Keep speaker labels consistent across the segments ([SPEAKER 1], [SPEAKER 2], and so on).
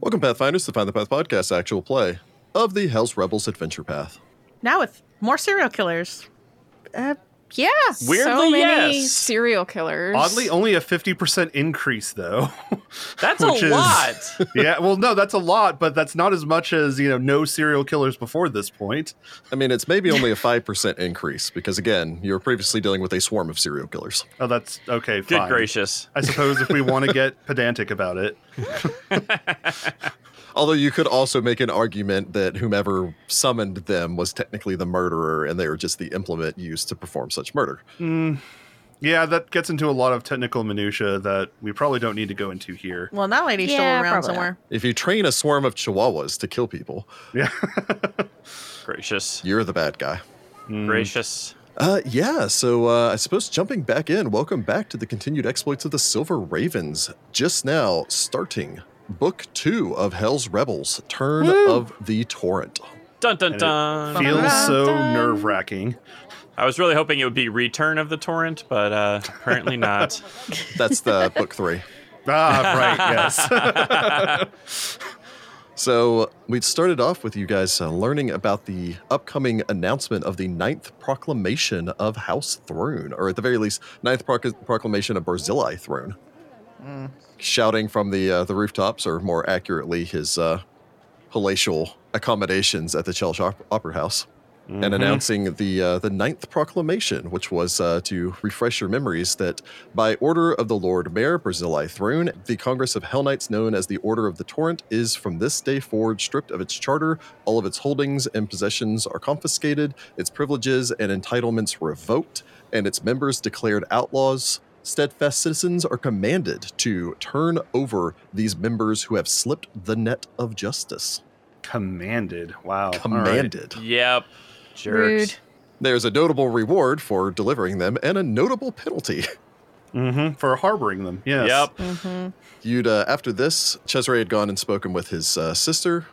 [SPEAKER 1] Welcome, Pathfinders, to Find the Path podcast actual play of the Hell's Rebels Adventure Path.
[SPEAKER 2] Now with more serial killers.
[SPEAKER 3] Uh, yeah. so
[SPEAKER 4] Weirdly,
[SPEAKER 3] many
[SPEAKER 4] yes.
[SPEAKER 3] serial killers.
[SPEAKER 5] Oddly, only a 50% increase, though.
[SPEAKER 4] That's a
[SPEAKER 5] Which is-
[SPEAKER 4] lot.
[SPEAKER 5] yeah, well, no, that's a lot, but that's not as much as, you know, no serial killers before this point.
[SPEAKER 1] I mean, it's maybe only a 5% increase because, again, you were previously dealing with a swarm of serial killers.
[SPEAKER 5] Oh, that's okay.
[SPEAKER 4] Good
[SPEAKER 5] fine.
[SPEAKER 4] gracious.
[SPEAKER 5] I suppose if we want to get pedantic about it.
[SPEAKER 1] Although you could also make an argument that whomever summoned them was technically the murderer and they were just the implement used to perform such murder.
[SPEAKER 5] Yeah, that gets into a lot of technical minutia that we probably don't need to go into here.
[SPEAKER 2] Well, that lady's
[SPEAKER 3] Yeah,
[SPEAKER 2] still around
[SPEAKER 3] probably
[SPEAKER 2] somewhere.
[SPEAKER 1] If you train a swarm of chihuahuas to kill people,
[SPEAKER 5] Yeah.
[SPEAKER 4] Gracious.
[SPEAKER 1] you're the bad guy.
[SPEAKER 5] Mm.
[SPEAKER 4] Gracious.
[SPEAKER 1] Uh, yeah, so uh, I suppose jumping back in, welcome back to the continued exploits of the Silver Ravens. Just now, starting book two of Hell's Rebels Turn of the Torrent.
[SPEAKER 4] Dun dun
[SPEAKER 5] it
[SPEAKER 4] dun.
[SPEAKER 5] Feels so
[SPEAKER 3] Dun-dun-dun.
[SPEAKER 5] nerve wracking.
[SPEAKER 4] I was really hoping it would be Return of the Torrent, but uh, apparently not.
[SPEAKER 1] That's the book three.
[SPEAKER 5] Ah, right, yes.
[SPEAKER 1] So we started off with you guys uh, learning about the upcoming announcement of the ninth proclamation of House Throne, or at the very least, ninth proc- proclamation of Barzillai Throne. Shouting from the uh, the rooftops, or more accurately, his uh, palatial accommodations at the Chelsea Op- Opera House, and announcing the uh, the ninth proclamation, which was uh, to refresh your memories that by order of the Lord Mayor Barzillai Throne, the Congress of Hell Knights, known as the Order of the Torrent, is from this day forward stripped of its charter. All of its holdings and possessions are confiscated, its privileges and entitlements revoked, and its members declared outlaws. Steadfast citizens are commanded to turn over these members who have slipped the net of justice.
[SPEAKER 5] Commanded. Wow. all right.
[SPEAKER 1] Commanded.
[SPEAKER 4] Yep. Jerks.
[SPEAKER 3] Rude.
[SPEAKER 1] There's a notable reward for delivering them and a notable penalty.
[SPEAKER 5] Mhm, For harboring them. Yes.
[SPEAKER 4] Yep.
[SPEAKER 1] You'd uh, after this, Cesare had gone and spoken with his uh, sister,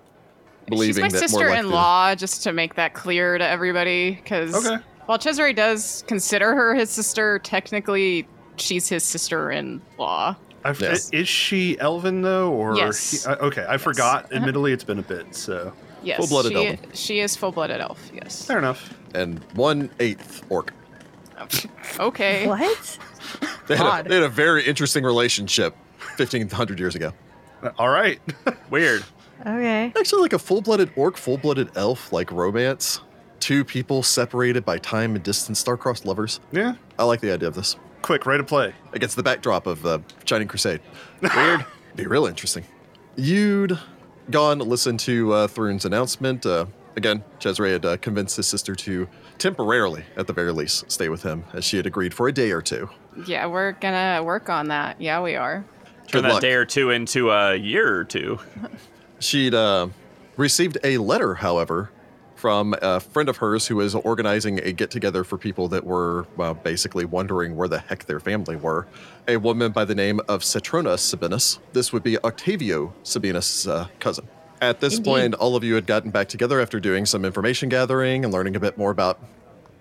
[SPEAKER 3] She's
[SPEAKER 1] believing
[SPEAKER 3] my
[SPEAKER 1] that more likely-
[SPEAKER 3] sister-in-law, just to make that clear to everybody, because
[SPEAKER 5] Okay.
[SPEAKER 3] while Cesare does consider her his sister, technically she's his sister-in-law.
[SPEAKER 5] I f-
[SPEAKER 1] Yes.
[SPEAKER 5] Is she Elven though, or
[SPEAKER 3] Yes.
[SPEAKER 5] I- okay? I forgot. Admittedly, it's been a bit, so
[SPEAKER 3] Yes,
[SPEAKER 1] Full-blooded
[SPEAKER 3] she,
[SPEAKER 1] elf.
[SPEAKER 3] she is full-blooded elf. Yes.
[SPEAKER 5] fair enough.
[SPEAKER 1] and one eighth orc.
[SPEAKER 3] Okay.
[SPEAKER 2] What?
[SPEAKER 1] They had,
[SPEAKER 2] Odd.
[SPEAKER 1] a, they had a very interesting relationship, fifteen hundred years ago.
[SPEAKER 5] All right.
[SPEAKER 4] Weird.
[SPEAKER 2] Okay.
[SPEAKER 1] Actually, like a full-blooded orc, full-blooded elf, like romance. Two people separated by time and distance, star-crossed lovers.
[SPEAKER 5] yeah.
[SPEAKER 1] I like the idea of this.
[SPEAKER 5] Quick, right to play.
[SPEAKER 1] against the backdrop of uh, Shining Crusade. Weird. Be real interesting. You'd gone listen to uh, Thrun's announcement. Uh, again, Cesare had uh, convinced his sister to temporarily, at the very least, stay with him, as she had agreed for a day or two.
[SPEAKER 3] Yeah, we're gonna work on that. Yeah, we are.
[SPEAKER 4] Turn
[SPEAKER 1] Good
[SPEAKER 4] that
[SPEAKER 1] luck.
[SPEAKER 4] day or two into a year or two.
[SPEAKER 1] She'd uh, received a letter, however, from a friend of hers who was organizing a get together for people that were well, basically wondering where the heck their family were. A woman by the name of Cetrona Sabinus. This would be Octavio Sabinus' uh, cousin. At this point, all of you had gotten back together after doing some information gathering and learning a bit more about.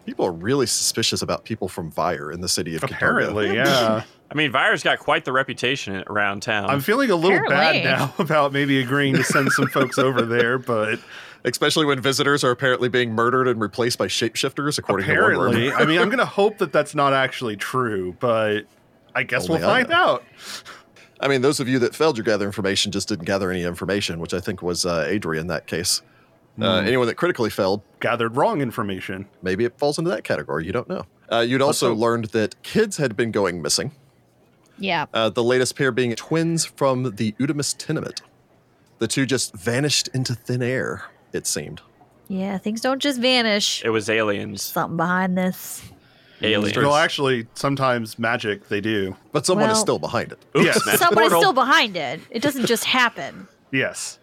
[SPEAKER 1] People are really suspicious about people from Vire in the city of Katarga.
[SPEAKER 5] Apparently, yeah.
[SPEAKER 4] I mean, Vire's got quite the reputation around town.
[SPEAKER 5] I'm feeling a little
[SPEAKER 3] Apparently.
[SPEAKER 5] bad now about maybe agreeing to send some folks over there, but
[SPEAKER 1] Especially when visitors are apparently being murdered and replaced by shapeshifters, according to one rumor.
[SPEAKER 5] apparently, I mean, I'm gonna hope that that's not actually true, but I guess
[SPEAKER 1] Only
[SPEAKER 5] we'll
[SPEAKER 1] I
[SPEAKER 5] find
[SPEAKER 1] know.
[SPEAKER 5] out.
[SPEAKER 1] I mean, those of you that failed to gather information just didn't gather any information, which I think was uh, Adrian in that case. Uh, anyone that critically failed,
[SPEAKER 5] Gathered wrong information.
[SPEAKER 1] maybe it falls into that category. You don't know. Uh, you'd also
[SPEAKER 5] hope.
[SPEAKER 1] learned that kids had been going missing.
[SPEAKER 3] Yeah.
[SPEAKER 1] Uh, the latest pair being twins from the Udamus tenement. The two just vanished into thin air. It seemed.
[SPEAKER 6] Yeah, things don't just vanish.
[SPEAKER 4] it was aliens.
[SPEAKER 6] Something behind this.
[SPEAKER 4] Aliens.
[SPEAKER 5] Well, actually, sometimes magic they do.
[SPEAKER 1] But someone is
[SPEAKER 6] Well-
[SPEAKER 1] still behind it.
[SPEAKER 4] Oops,
[SPEAKER 5] Yes.
[SPEAKER 4] that's
[SPEAKER 6] Someone is
[SPEAKER 4] Portal.
[SPEAKER 6] still behind it. It doesn't just happen.
[SPEAKER 5] Yes.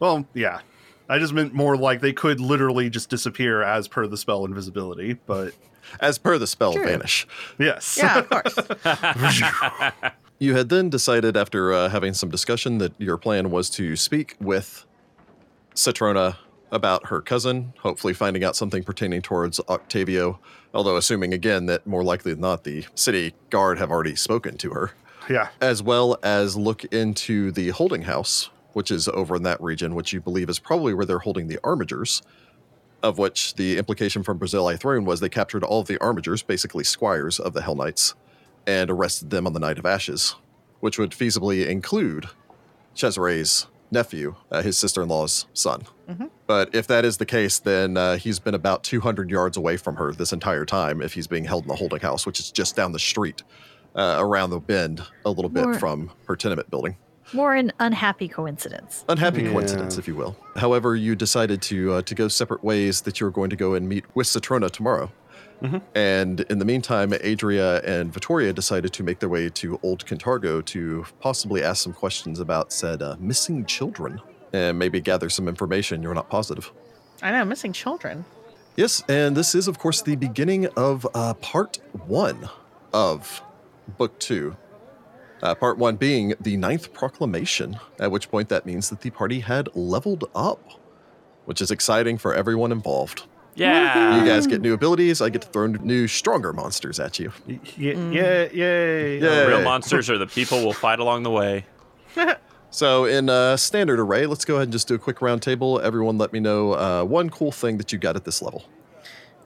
[SPEAKER 5] Well, yeah. I just meant more like they could literally just disappear as per the spell invisibility, but
[SPEAKER 1] As per the spell, vanish.
[SPEAKER 5] yes.
[SPEAKER 2] Yeah, of course.
[SPEAKER 1] You had then decided, after uh, having some discussion, that your plan was to speak with Citrona about her cousin, hopefully finding out something pertaining towards Octavio, although assuming again that more likely than not the city guard have already spoken to her,
[SPEAKER 5] yeah.
[SPEAKER 1] as well as look into the holding house which is over in that region, which you believe is probably where they're holding the armigers, of which the implication from Brazil I Throne was they captured all of the armigers, basically squires of the Hell Knights, and arrested them on the Night of Ashes, which would feasibly include Cesare's nephew, uh, his sister in law's son.
[SPEAKER 2] Mhm.
[SPEAKER 1] But if that is the case, then uh, he's been about 200 yards away from her this entire time if he's being held in the holding house, which is just down the street uh, around the bend a little bit
[SPEAKER 6] More-
[SPEAKER 1] from her tenement building.
[SPEAKER 6] More an unhappy coincidence.
[SPEAKER 1] Unhappy
[SPEAKER 5] Yeah.
[SPEAKER 1] coincidence, if you will. However, you decided to uh, to go separate ways that you're going to go and meet with Citrona tomorrow.
[SPEAKER 4] Mhm.
[SPEAKER 1] And in the meantime, Adria and Vittoria decided to make their way to Old Cantargo to possibly ask some questions about said uh, missing children and maybe gather some information you're not positive.
[SPEAKER 2] I know, missing children.
[SPEAKER 1] Yes, and this is, of course, the beginning of uh, part one of book two. Uh, part one being the ninth proclamation, at which point that means that the party had leveled up, which is exciting for everyone involved.
[SPEAKER 4] Yeah.
[SPEAKER 1] You guys get new abilities, I get to throw new, stronger monsters at you.
[SPEAKER 5] Y-
[SPEAKER 2] Mm.
[SPEAKER 5] y- yeah, yay.
[SPEAKER 1] Yeah.
[SPEAKER 4] The
[SPEAKER 1] Hey.
[SPEAKER 4] Real monsters are the people we'll fight along the way.
[SPEAKER 1] So, in uh, standard array, let's go ahead and just do a quick round table. Everyone, let me know uh, one cool thing that you got at this level.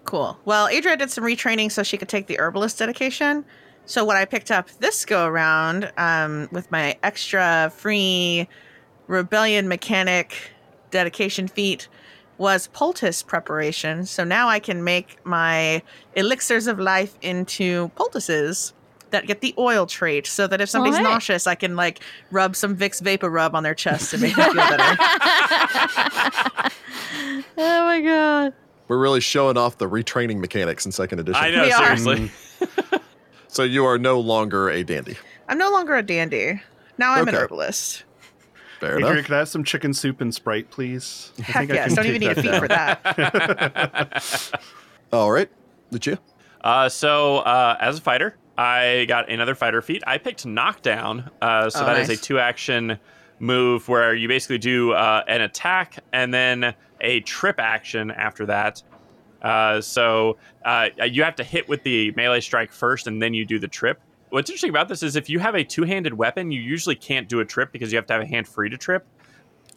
[SPEAKER 2] Cool. Well, Adria did some retraining so she could take the herbalist dedication. So what I picked up this go around um, with my extra free rebellion mechanic dedication feat was poultice preparation. So now I can make my elixirs of life into poultices that get the oil trait so that if somebody's
[SPEAKER 6] Alright.
[SPEAKER 2] nauseous I can like rub some Vicks vapor rub on their chest and make them feel better.
[SPEAKER 6] oh my god.
[SPEAKER 1] We're really showing off the retraining mechanics in second edition.
[SPEAKER 4] I know,
[SPEAKER 2] We are.
[SPEAKER 5] Mm.
[SPEAKER 4] seriously.
[SPEAKER 1] So, you are no longer a dandy.
[SPEAKER 2] I'm no longer a dandy. Now I'm
[SPEAKER 1] Okay.
[SPEAKER 2] an herbalist.
[SPEAKER 1] Fair enough.
[SPEAKER 5] Adrian, can I have some chicken soup and Sprite, please? I
[SPEAKER 2] Heck
[SPEAKER 5] I
[SPEAKER 2] yes.
[SPEAKER 5] can
[SPEAKER 2] Don't even need
[SPEAKER 5] take
[SPEAKER 2] a feat
[SPEAKER 5] that
[SPEAKER 2] for that.
[SPEAKER 1] All right, Lucia.
[SPEAKER 4] Uh, so, uh, as a fighter, I got another fighter feat. I picked knockdown. Uh, so
[SPEAKER 2] Oh,
[SPEAKER 4] that is
[SPEAKER 2] nice.
[SPEAKER 4] a two-action move where you basically do uh, an attack and then a trip action after that. Uh, so uh, you have to hit with the melee strike first, and then you do the trip. What's interesting about this is if you have a two-handed weapon, you usually can't do a trip because you have to have a hand free to trip.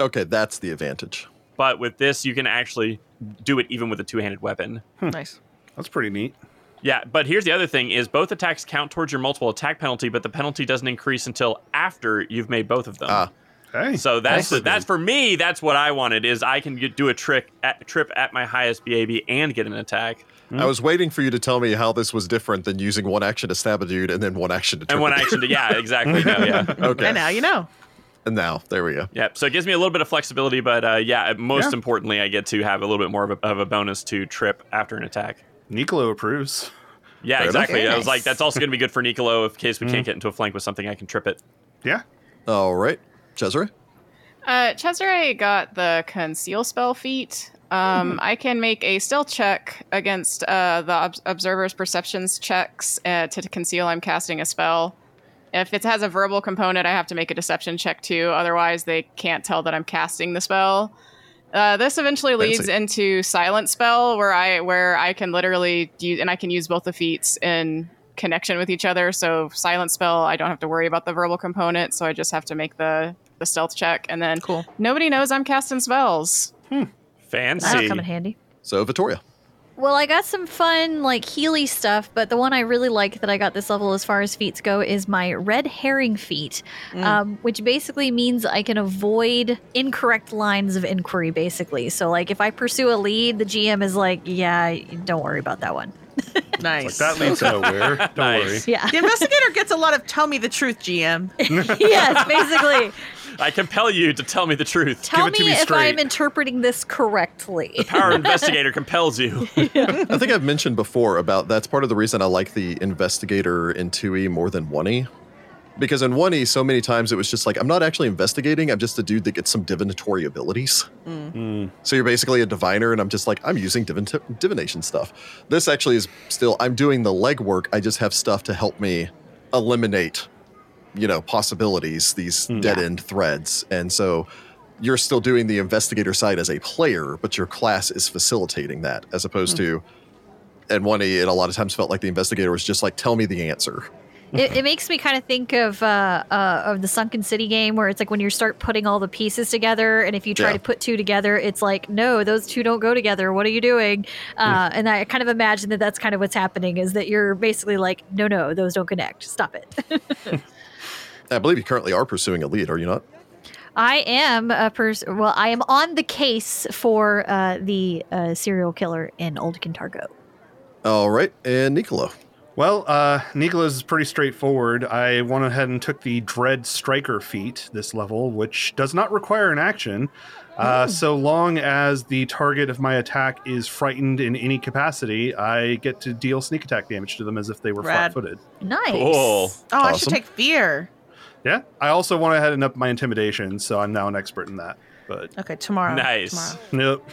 [SPEAKER 1] Okay, that's the advantage.
[SPEAKER 4] But with this, you can actually do it even with a two-handed weapon.
[SPEAKER 2] Nice.
[SPEAKER 5] down. That's pretty neat.
[SPEAKER 4] Yeah, but here's the other thing is both attacks count towards your multiple attack penalty, but the penalty doesn't increase until after you've made both of them.
[SPEAKER 1] Ah.
[SPEAKER 5] Hey.
[SPEAKER 4] so that's
[SPEAKER 5] Excellent.
[SPEAKER 4] that's for me, that's what I wanted is I can get, do a trick at, trip at my highest BAB and get an attack.
[SPEAKER 1] I was waiting for you to tell me how this was different than using one action to stab a dude and then one action to. trip
[SPEAKER 4] And one
[SPEAKER 1] a dude.
[SPEAKER 4] action to yeah, exactly. No, yeah.
[SPEAKER 1] Okay.
[SPEAKER 2] And now you know.
[SPEAKER 1] And now there we go.
[SPEAKER 4] Yep. So it gives me a little bit of flexibility, but uh, yeah, most
[SPEAKER 5] Yeah.
[SPEAKER 4] importantly, I get to have a little bit more of a, of a bonus to trip after an attack.
[SPEAKER 5] Nicolo approves.
[SPEAKER 4] Yeah,
[SPEAKER 1] Fair enough. Mm-hmm.
[SPEAKER 4] exactly.
[SPEAKER 2] Very
[SPEAKER 4] I was
[SPEAKER 2] nice.
[SPEAKER 4] like, that's also going to be good for Nicolo in case we can't get into a flank with something. I can trip it.
[SPEAKER 5] Yeah.
[SPEAKER 1] All right, Cesare.
[SPEAKER 3] Uh, Cesare got the conceal spell feat.
[SPEAKER 5] Hmm.
[SPEAKER 3] Um, I can make a stealth check against uh, the ob- observer's perceptions checks uh, to conceal I'm casting a spell. If it has a verbal component, I have to make a deception check too. Otherwise, they can't tell that I'm casting the spell. Uh, this eventually leads
[SPEAKER 1] Fancy.
[SPEAKER 3] into silent spell, where I where I can literally use and I can use both the feats in connection with each other. So silent spell, I don't have to worry about the verbal component. So I just have to make the the stealth check, and then
[SPEAKER 2] Cool.
[SPEAKER 3] Nobody knows I'm casting spells.
[SPEAKER 4] Fancy.
[SPEAKER 6] That'll come in handy.
[SPEAKER 1] So Vittoria.
[SPEAKER 6] Well, I got some fun, like Healy stuff, but the one I really like that I got this level as far as feats go is my red herring feat, um, which basically means I can avoid incorrect lines of inquiry, basically. So, like, if I pursue a lead, the GM is like, yeah, don't worry about that one.
[SPEAKER 5] Like
[SPEAKER 2] Nice.
[SPEAKER 5] that leads nowhere. Don't
[SPEAKER 4] Nice.
[SPEAKER 5] worry.
[SPEAKER 6] Yeah.
[SPEAKER 2] the investigator gets a lot of tell me the truth, Oh, GM.
[SPEAKER 6] yes, basically.
[SPEAKER 4] I compel you to tell me the truth.
[SPEAKER 6] Tell
[SPEAKER 5] it to
[SPEAKER 6] me,
[SPEAKER 5] me
[SPEAKER 6] if I'm
[SPEAKER 5] straight.
[SPEAKER 6] interpreting this correctly.
[SPEAKER 4] Power investigator compels you.
[SPEAKER 1] I think I've mentioned before about that's part of the reason I like the investigator in 2E more than 1E. Because in 1E, so many times it was just like, I'm not actually investigating, I'm just a dude that gets some divinatory abilities. So you're basically a diviner, and I'm just like, I'm using divin- divination stuff. This actually is still, I'm doing the legwork, I just have stuff to help me eliminate, you know, possibilities, these dead end threads. And so you're still doing the investigator side as a player, but your class is facilitating that as opposed to and one it a lot of times felt like the investigator was just like tell me the answer
[SPEAKER 6] It, it makes me kind of think of uh, uh, of the Sunken City game, where it's like when you start putting all the pieces together, and if you try
[SPEAKER 1] Yeah.
[SPEAKER 6] to put two together, it's like, no, those two don't go together. What are you doing? Uh, and I kind of imagine that that's kind of what's happening is that you're basically like, no, no, those don't connect. Stop it.
[SPEAKER 1] I believe you currently are pursuing a lead, are you not?
[SPEAKER 6] I am a person. Well, I am on the case for uh, the uh, serial killer in Old Cantargo.
[SPEAKER 1] All right, and Nicolo.
[SPEAKER 5] Well, uh, Nicolas is pretty straightforward. I went ahead and took the Dread Striker feat this level, which does not require an action, uh, so long as the target of my attack is frightened in any capacity. I get to deal sneak attack damage to them as if they were
[SPEAKER 2] Rad.
[SPEAKER 5] flat-footed.
[SPEAKER 6] Nice.
[SPEAKER 2] Oh,
[SPEAKER 4] Cool.
[SPEAKER 2] I should
[SPEAKER 1] Awesome.
[SPEAKER 2] take fear.
[SPEAKER 5] Yeah. I also went ahead and up my intimidation, so I'm now an expert in that. But
[SPEAKER 2] Okay, tomorrow.
[SPEAKER 4] Nice.
[SPEAKER 2] Tomorrow.
[SPEAKER 5] nope.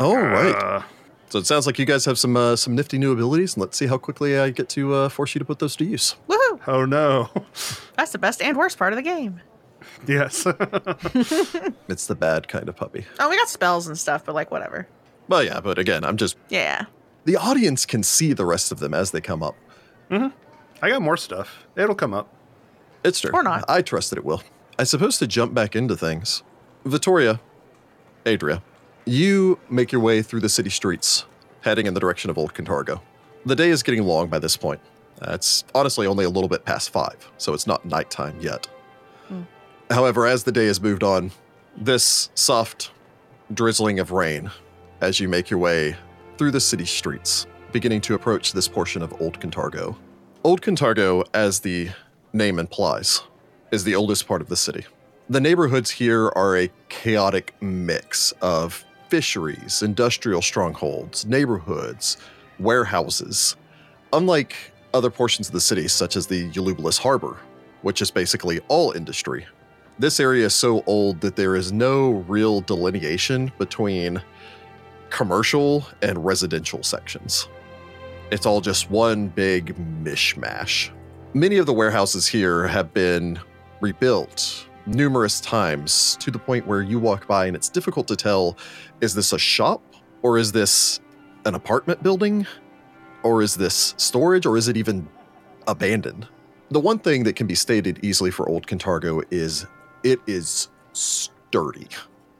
[SPEAKER 1] All right.
[SPEAKER 5] Uh,
[SPEAKER 1] So it sounds like you guys have some uh, some nifty new abilities, and let's see how quickly I get to uh, force you to put those to use.
[SPEAKER 2] Woohoo!
[SPEAKER 5] oh no.
[SPEAKER 2] That's the best and worst part of the game.
[SPEAKER 5] yes.
[SPEAKER 1] It's the bad kind of puppy.
[SPEAKER 2] Oh, we got spells and stuff, but like whatever.
[SPEAKER 1] Well, yeah, but again, I'm just
[SPEAKER 2] Yeah.
[SPEAKER 1] the audience can see the rest of them as they come up.
[SPEAKER 5] I got more stuff. It'll come up.
[SPEAKER 1] It's true.
[SPEAKER 2] Or not.
[SPEAKER 1] I trust that it will. I suppose to jump back into things. Vittoria, Adria, you make your way through the city streets, heading in the direction of Old Cantargo. The day is getting long by this point. Uh, it's honestly only a little bit past five, so it's not nighttime yet.
[SPEAKER 2] Hmm.
[SPEAKER 1] However, as the day has moved on, this soft drizzling of rain as you make your way through the city streets, beginning to approach this portion of Old Cantargo. Old Cantargo, as the name implies, is the oldest part of the city. The neighborhoods here are a chaotic mix of fisheries, industrial strongholds, neighborhoods, warehouses. Unlike other portions of the city, such as the Ulubalus Harbor, which is basically all industry, this area is so old that there is no real delineation between commercial and residential sections. It's all just one big mishmash. Many of the warehouses here have been rebuilt numerous times to the point where you walk by and it's difficult to tell is this a shop or is this an apartment building or is this storage or is it even abandoned? The one thing that can be stated easily for Old Cantargo is it is sturdy.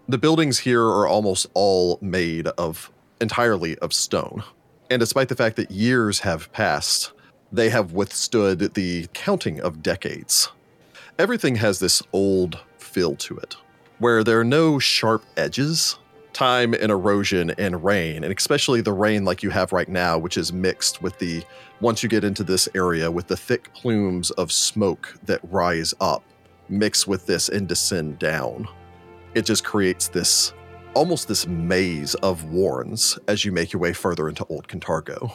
[SPEAKER 1] The buildings here are almost all made of entirely of stone. And despite the fact that years have passed, they have withstood the counting of decades. Everything has this old feel to it, where there are no sharp edges. Time and erosion and rain, and especially the rain like you have right now, which is mixed with the, once you get into this area, with the thick plumes of smoke that rise up, mix with this and descend down. It just creates this almost this maze of warrens as you make your way further into Old Cantargo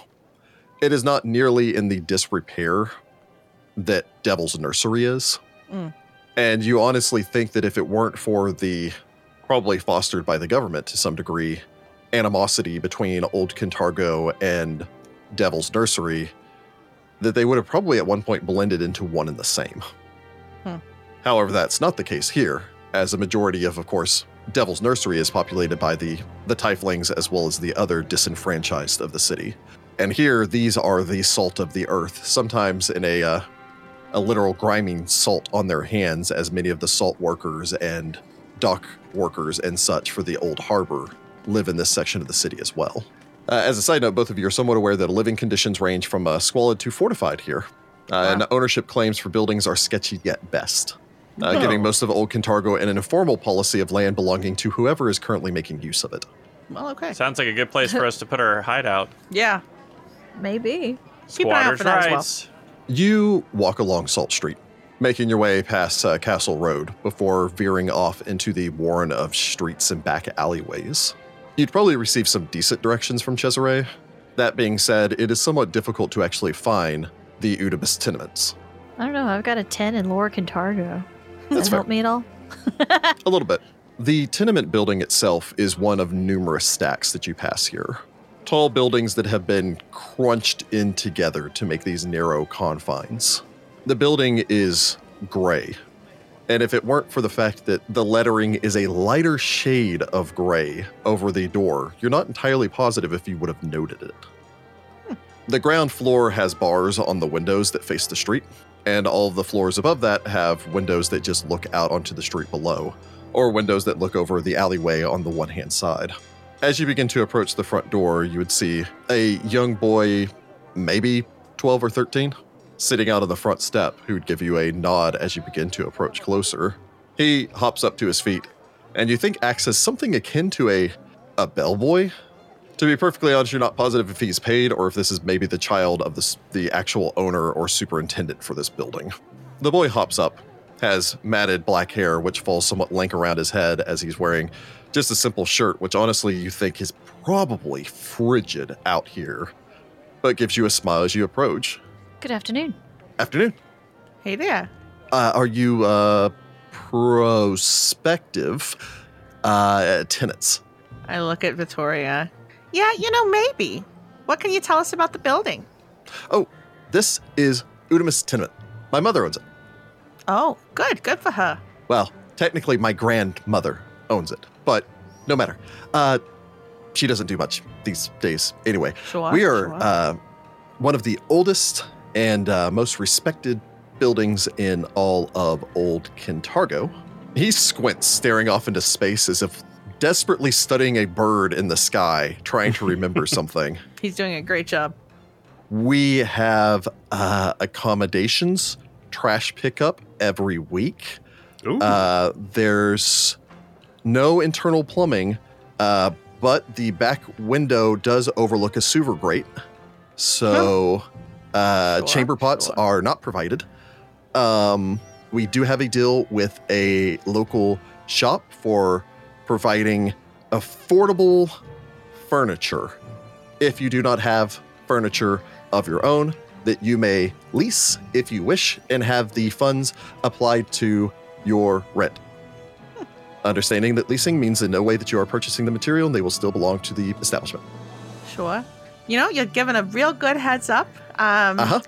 [SPEAKER 1] it is not nearly in the disrepair that Devil's Nursery is.
[SPEAKER 2] Mm.
[SPEAKER 1] And you honestly think that if it weren't for the probably fostered by the government to some degree animosity between Old Cantargo and Devil's Nursery, that they would have probably at one point blended into one and the same.
[SPEAKER 2] Hmm.
[SPEAKER 1] However, that's not the case here, as a majority of, of course, Devil's Nursery is populated by the, the Tieflings as well as the other disenfranchised of the city. And here, these are the salt of the earth, sometimes in a, uh, a literal grinding salt on their hands, as many of the salt workers and dock workers and such for the old harbor live in this section of the city as well. Uh, as a side note, both of you are somewhat aware that living conditions range from uh, squalid to fortified here, uh, and ownership claims for buildings are sketchy at best, uh, giving most of Old Cantargo an informal policy of land belonging to whoever is currently making use of it.
[SPEAKER 2] Well, okay.
[SPEAKER 4] Sounds like a good place for us to put our hideout.
[SPEAKER 2] Yeah.
[SPEAKER 6] Maybe.
[SPEAKER 2] Keep an eye out
[SPEAKER 4] Squatters'
[SPEAKER 2] for that as well.
[SPEAKER 4] rights.
[SPEAKER 1] You walk along Salt Street, making your way past uh, Castle Road before veering off into the warren of streets and back alleyways. You'd probably receive some decent directions from Cesare. That being said, it is somewhat difficult to actually find the Udibus tenements.
[SPEAKER 6] I don't know. I've got a 10 in Laura Cantargo. Does
[SPEAKER 1] That's
[SPEAKER 6] that
[SPEAKER 1] fair.
[SPEAKER 6] help me at all?
[SPEAKER 1] A little bit. The tenement building itself is one of numerous stacks that you pass here. Tall buildings that have been crunched in together to make these narrow confines. The building is gray. And if it weren't for the fact that the lettering is a lighter shade of gray over the door, you're not entirely positive if you would have noted it. The ground floor has bars on the windows that face the street, and all of the floors above that have windows that just look out onto the street below, or windows that look over the alleyway on the one hand side. As you begin to approach the front door, you would see a young boy, maybe 12 or 13, sitting out on the front step, who would give you a nod as you begin to approach closer. He hops up to his feet, and you think acts as something akin to a, a bellboy? To be perfectly honest, you're not positive if he's paid or if this is maybe the child of the, s- the actual owner or superintendent for this building. The boy hops up, has matted black hair, which falls somewhat lank around his head as he's wearing just a simple shirt, which honestly you think is probably frigid out here, but gives you a smile as you approach.
[SPEAKER 6] Good afternoon.
[SPEAKER 1] Afternoon.
[SPEAKER 2] Hey there.
[SPEAKER 1] Uh, are you uh, prospective uh, tenants?
[SPEAKER 2] I look at Vittoria. Yeah, you know, maybe. What can you tell us about the building?
[SPEAKER 1] This is Udamus Tenement. My mother owns it.
[SPEAKER 2] Oh, good. Good for her.
[SPEAKER 1] Well, technically, my grandmother owns it, but no matter. Uh, she doesn't do much these days. Anyway,
[SPEAKER 2] Sure.
[SPEAKER 1] we are
[SPEAKER 2] sure.
[SPEAKER 1] uh, one of the oldest and uh, most respected buildings in all of old Kintargo. He squints, staring off into space as if desperately studying a bird in the sky, trying to remember something.
[SPEAKER 2] He's doing a great job.
[SPEAKER 1] We have uh, accommodations, trash pickup every week.
[SPEAKER 5] Ooh.
[SPEAKER 1] Uh, there's no internal plumbing, uh, but the back window does overlook a sewer grate. So uh,
[SPEAKER 2] Sure,
[SPEAKER 1] chamber pots
[SPEAKER 2] sure.
[SPEAKER 1] are not provided. Um, we do have a deal with a local shop for providing affordable furniture. If you do not have furniture of your own, that you may lease if you wish and have the funds applied to your rent. Understanding that leasing means in no way that you are purchasing the material and they will still belong to the establishment.
[SPEAKER 5] Mm-hmm.
[SPEAKER 2] Sure. You know, you're given a real good heads up. Um,
[SPEAKER 1] Uh huh.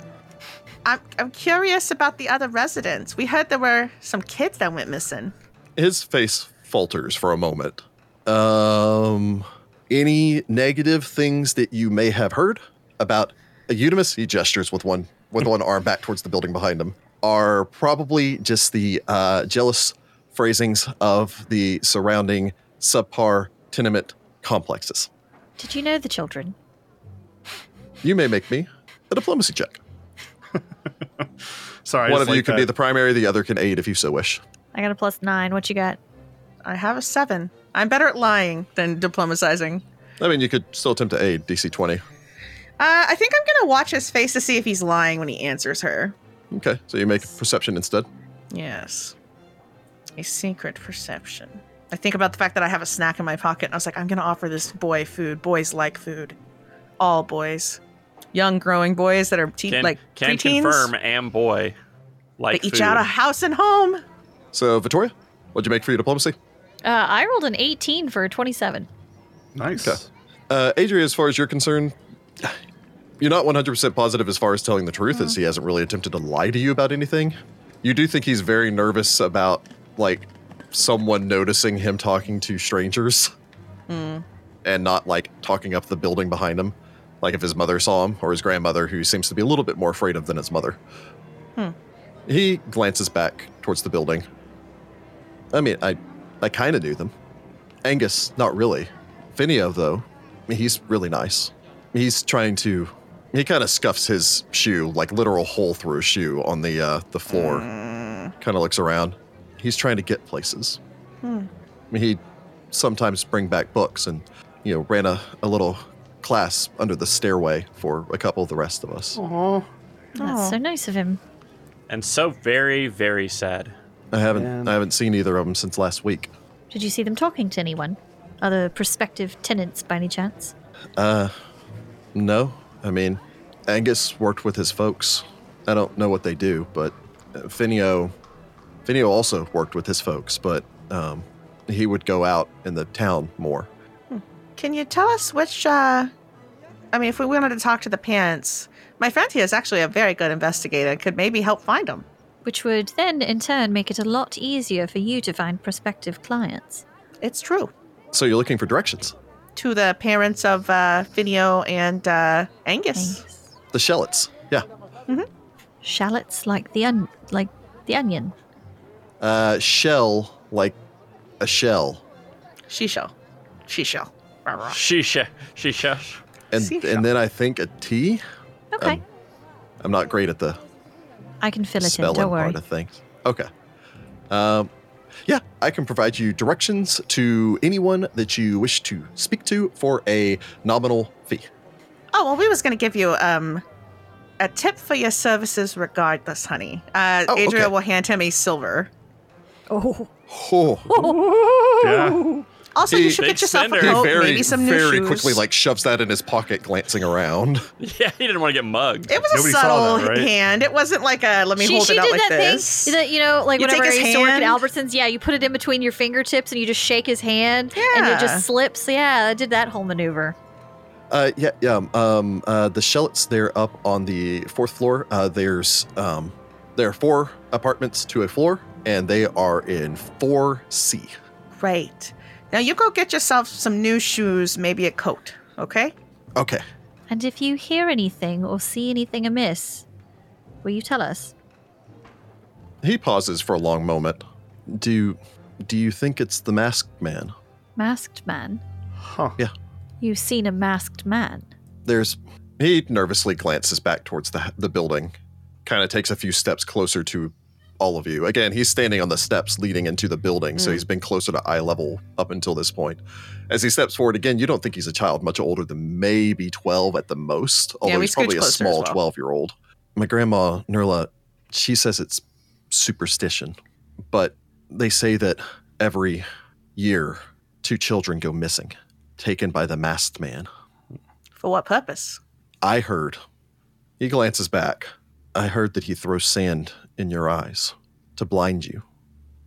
[SPEAKER 2] I'm, I'm curious about the other residents. We heard there were some kids that went missing.
[SPEAKER 1] His face falters for a moment. Um, any negative things that you may have heard about Eudemus? He gestures with one with one arm back towards the building behind him. Are probably just the uh, jealous phrasings of the surrounding subpar tenement complexes.
[SPEAKER 6] Did you know the children?
[SPEAKER 1] You may make me a diplomacy check.
[SPEAKER 5] Sorry, I
[SPEAKER 1] One
[SPEAKER 5] just
[SPEAKER 1] of you
[SPEAKER 5] like
[SPEAKER 1] can
[SPEAKER 5] that.
[SPEAKER 1] be the primary, the other can aid if you so wish.
[SPEAKER 6] I got a plus nine. What you got?
[SPEAKER 2] I have a seven. I'm better at lying than diplomatizing.
[SPEAKER 1] I mean, you could still attempt to aid DC 20.
[SPEAKER 2] Uh, I think I'm going to watch his face to see if he's lying when he answers her.
[SPEAKER 1] Okay, so you make perception instead.
[SPEAKER 2] Yes. A secret perception. I think about the fact that I have a snack in my pocket, and I was like, I'm going to offer this boy food. Boys like food. All boys. Young, growing boys that are te-
[SPEAKER 4] Can,
[SPEAKER 2] like
[SPEAKER 4] can
[SPEAKER 2] preteens.
[SPEAKER 4] confirm, am boy.
[SPEAKER 2] they
[SPEAKER 4] Like
[SPEAKER 2] each
[SPEAKER 4] food.
[SPEAKER 2] out a house and home.
[SPEAKER 1] So, Vittoria, what'd you make for your diplomacy?
[SPEAKER 6] Uh, I rolled an 18 for a 27.
[SPEAKER 5] nice.
[SPEAKER 1] Okay. Uh, Adria, as far as you're concerned, you're not 100% positive as far as telling the truth, as he hasn't really attempted to lie to you about anything. You do think he's very nervous about, like, someone noticing him talking to strangers and not, like, talking up the building behind him. Like, if his mother saw him or his grandmother, who seems to be a little bit more afraid of than his mother.
[SPEAKER 2] Hmm.
[SPEAKER 1] He glances back towards the building. I mean, I, I kind of knew them. Angus, not really. Finio, though, he's really nice. He's trying to. He kind of scuffs his shoe, like literal hole through a shoe on the uh, the floor. Kind of looks around. He's trying to get places.
[SPEAKER 2] Hmm.
[SPEAKER 1] He sometimes bring back books, and you know, ran a, a little class under the stairway for a couple of the rest of us.
[SPEAKER 5] Aw.
[SPEAKER 6] That's
[SPEAKER 1] Oh.
[SPEAKER 2] Aw.
[SPEAKER 6] so nice of him.
[SPEAKER 4] And so very, very sad.
[SPEAKER 1] I haven't
[SPEAKER 5] Man.
[SPEAKER 1] I haven't seen either of them since last week.
[SPEAKER 6] Did you see them talking to anyone? Other prospective tenants by any chance?
[SPEAKER 1] Uh, no. I mean, Angus worked with his folks. I don't know what they do, but uh, Finio, Finio also worked with his folks, but um, he would go out in the town more.
[SPEAKER 2] Can you tell us which? Uh, I mean, if we wanted to talk to the parents, my friend here is actually a very good investigator. Could maybe help find them.
[SPEAKER 6] Which would then, in turn, make it a lot easier for you to find prospective clients.
[SPEAKER 2] It's true.
[SPEAKER 1] So you're looking for directions.
[SPEAKER 2] To the parents of uh, Finio and uh, Angus.
[SPEAKER 6] Thanks.
[SPEAKER 1] The shallots. Yeah.
[SPEAKER 6] Shallots like the un- like the onion.
[SPEAKER 1] Uh, shell like a shell,
[SPEAKER 2] She shall. She shall. Rah, rah.
[SPEAKER 4] Shisha. Shisha.
[SPEAKER 1] and
[SPEAKER 2] Seashell.
[SPEAKER 1] and then I think a T.
[SPEAKER 6] Okay,
[SPEAKER 1] Um, I'm not great at the
[SPEAKER 6] I can fill it in.
[SPEAKER 1] spelling
[SPEAKER 6] Don't worry.
[SPEAKER 1] part of things. Okay. Um, yeah, I can provide you directions to anyone that you wish to speak to for a nominal fee.
[SPEAKER 2] Oh well, we was gonna give you um a tip for your services, regardless, honey. Uh,
[SPEAKER 1] Oh,
[SPEAKER 2] Adria
[SPEAKER 1] okay.
[SPEAKER 2] will hand him a silver.
[SPEAKER 6] Oh,
[SPEAKER 1] Oh,
[SPEAKER 5] Yeah.
[SPEAKER 2] Also,
[SPEAKER 1] He-
[SPEAKER 2] you should
[SPEAKER 4] they
[SPEAKER 2] get yourself a
[SPEAKER 4] send her-
[SPEAKER 2] coat,
[SPEAKER 4] Oh,
[SPEAKER 1] very,
[SPEAKER 2] maybe some new
[SPEAKER 1] very
[SPEAKER 2] shoes.
[SPEAKER 1] quickly, like shoves that in his pocket, glancing around.
[SPEAKER 4] Yeah, he didn't want to get mugged.
[SPEAKER 2] it was
[SPEAKER 5] Nobody
[SPEAKER 2] a
[SPEAKER 5] saw
[SPEAKER 2] subtle
[SPEAKER 5] that, right?
[SPEAKER 2] hand. It wasn't like a let me
[SPEAKER 6] she,
[SPEAKER 2] hold
[SPEAKER 6] she
[SPEAKER 2] it out
[SPEAKER 6] did
[SPEAKER 2] like
[SPEAKER 6] that
[SPEAKER 2] this.
[SPEAKER 6] thing that you know, like
[SPEAKER 2] You
[SPEAKER 6] whenever
[SPEAKER 2] take
[SPEAKER 6] I
[SPEAKER 2] his
[SPEAKER 6] used to work at
[SPEAKER 2] hand.
[SPEAKER 6] Albertsons. Yeah, you put it in between your fingertips and you just shake his hand, and it
[SPEAKER 2] Yeah.
[SPEAKER 6] just slips. Yeah, I did that whole maneuver.
[SPEAKER 1] Uh, yeah, yeah. um, Um, uh, the Shellets, they're up on the fourth floor. Uh, there's um, there are four apartments to a floor, and they are in four C.
[SPEAKER 2] Right. Now you go get yourself some new shoes, maybe a coat. Okay.
[SPEAKER 1] Okay.
[SPEAKER 6] And if you hear anything or see anything amiss, will you tell us?
[SPEAKER 1] He pauses for a long moment. Do do you think it's the masked man?
[SPEAKER 6] Masked man.
[SPEAKER 5] Huh.
[SPEAKER 6] You've seen a masked man.
[SPEAKER 1] There's he nervously glances back towards the the building, kind of takes a few steps closer to all of you. Again, he's standing on the steps leading into the building, so
[SPEAKER 2] Mm.
[SPEAKER 1] he's been closer to eye level up until this point. As he steps forward again, you don't think he's a child, much older than maybe twelve at the most, although
[SPEAKER 2] we
[SPEAKER 1] he's probably
[SPEAKER 2] scooch
[SPEAKER 1] a
[SPEAKER 2] closer as
[SPEAKER 1] small
[SPEAKER 2] well.
[SPEAKER 1] twelve year old. My grandma Nurla, she says it's superstition, but they say that every year two children go missing, taken by the masked man.
[SPEAKER 2] For what purpose?
[SPEAKER 1] I heard. He glances back. I heard that he throws sand in your eyes to blind you,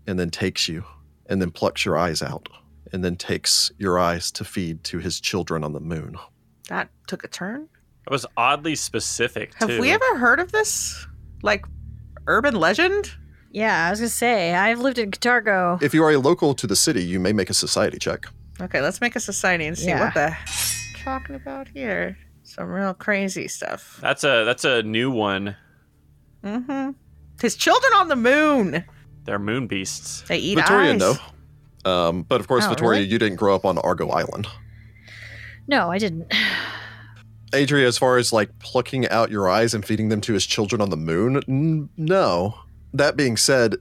[SPEAKER 1] and then takes you, and then plucks your eyes out, and then takes your eyes to feed to his children on the moon.
[SPEAKER 2] That took a turn.
[SPEAKER 4] It was oddly specific,
[SPEAKER 2] Have
[SPEAKER 4] too.
[SPEAKER 2] we ever heard of this? Like urban legend?
[SPEAKER 6] Yeah, I was gonna say I've lived in Katargo.
[SPEAKER 1] If you are a local to the city, you may make a society check.
[SPEAKER 2] Okay, let's make a society and see
[SPEAKER 6] Yeah.
[SPEAKER 2] what the heck we're talking about here. Some real crazy stuff.
[SPEAKER 4] That's a that's a new one.
[SPEAKER 2] Mm-hmm. His children on the moon.
[SPEAKER 4] They're moon beasts.
[SPEAKER 2] They eat
[SPEAKER 1] Victoria,
[SPEAKER 2] eyes.
[SPEAKER 1] no. Um, but of course,
[SPEAKER 6] Oh,
[SPEAKER 1] Victoria,
[SPEAKER 6] really?
[SPEAKER 1] you didn't grow up on Argo Island.
[SPEAKER 6] No, I didn't.
[SPEAKER 1] Adria, as far as like plucking out your eyes and feeding them to his children on the moon, n- no. That being said,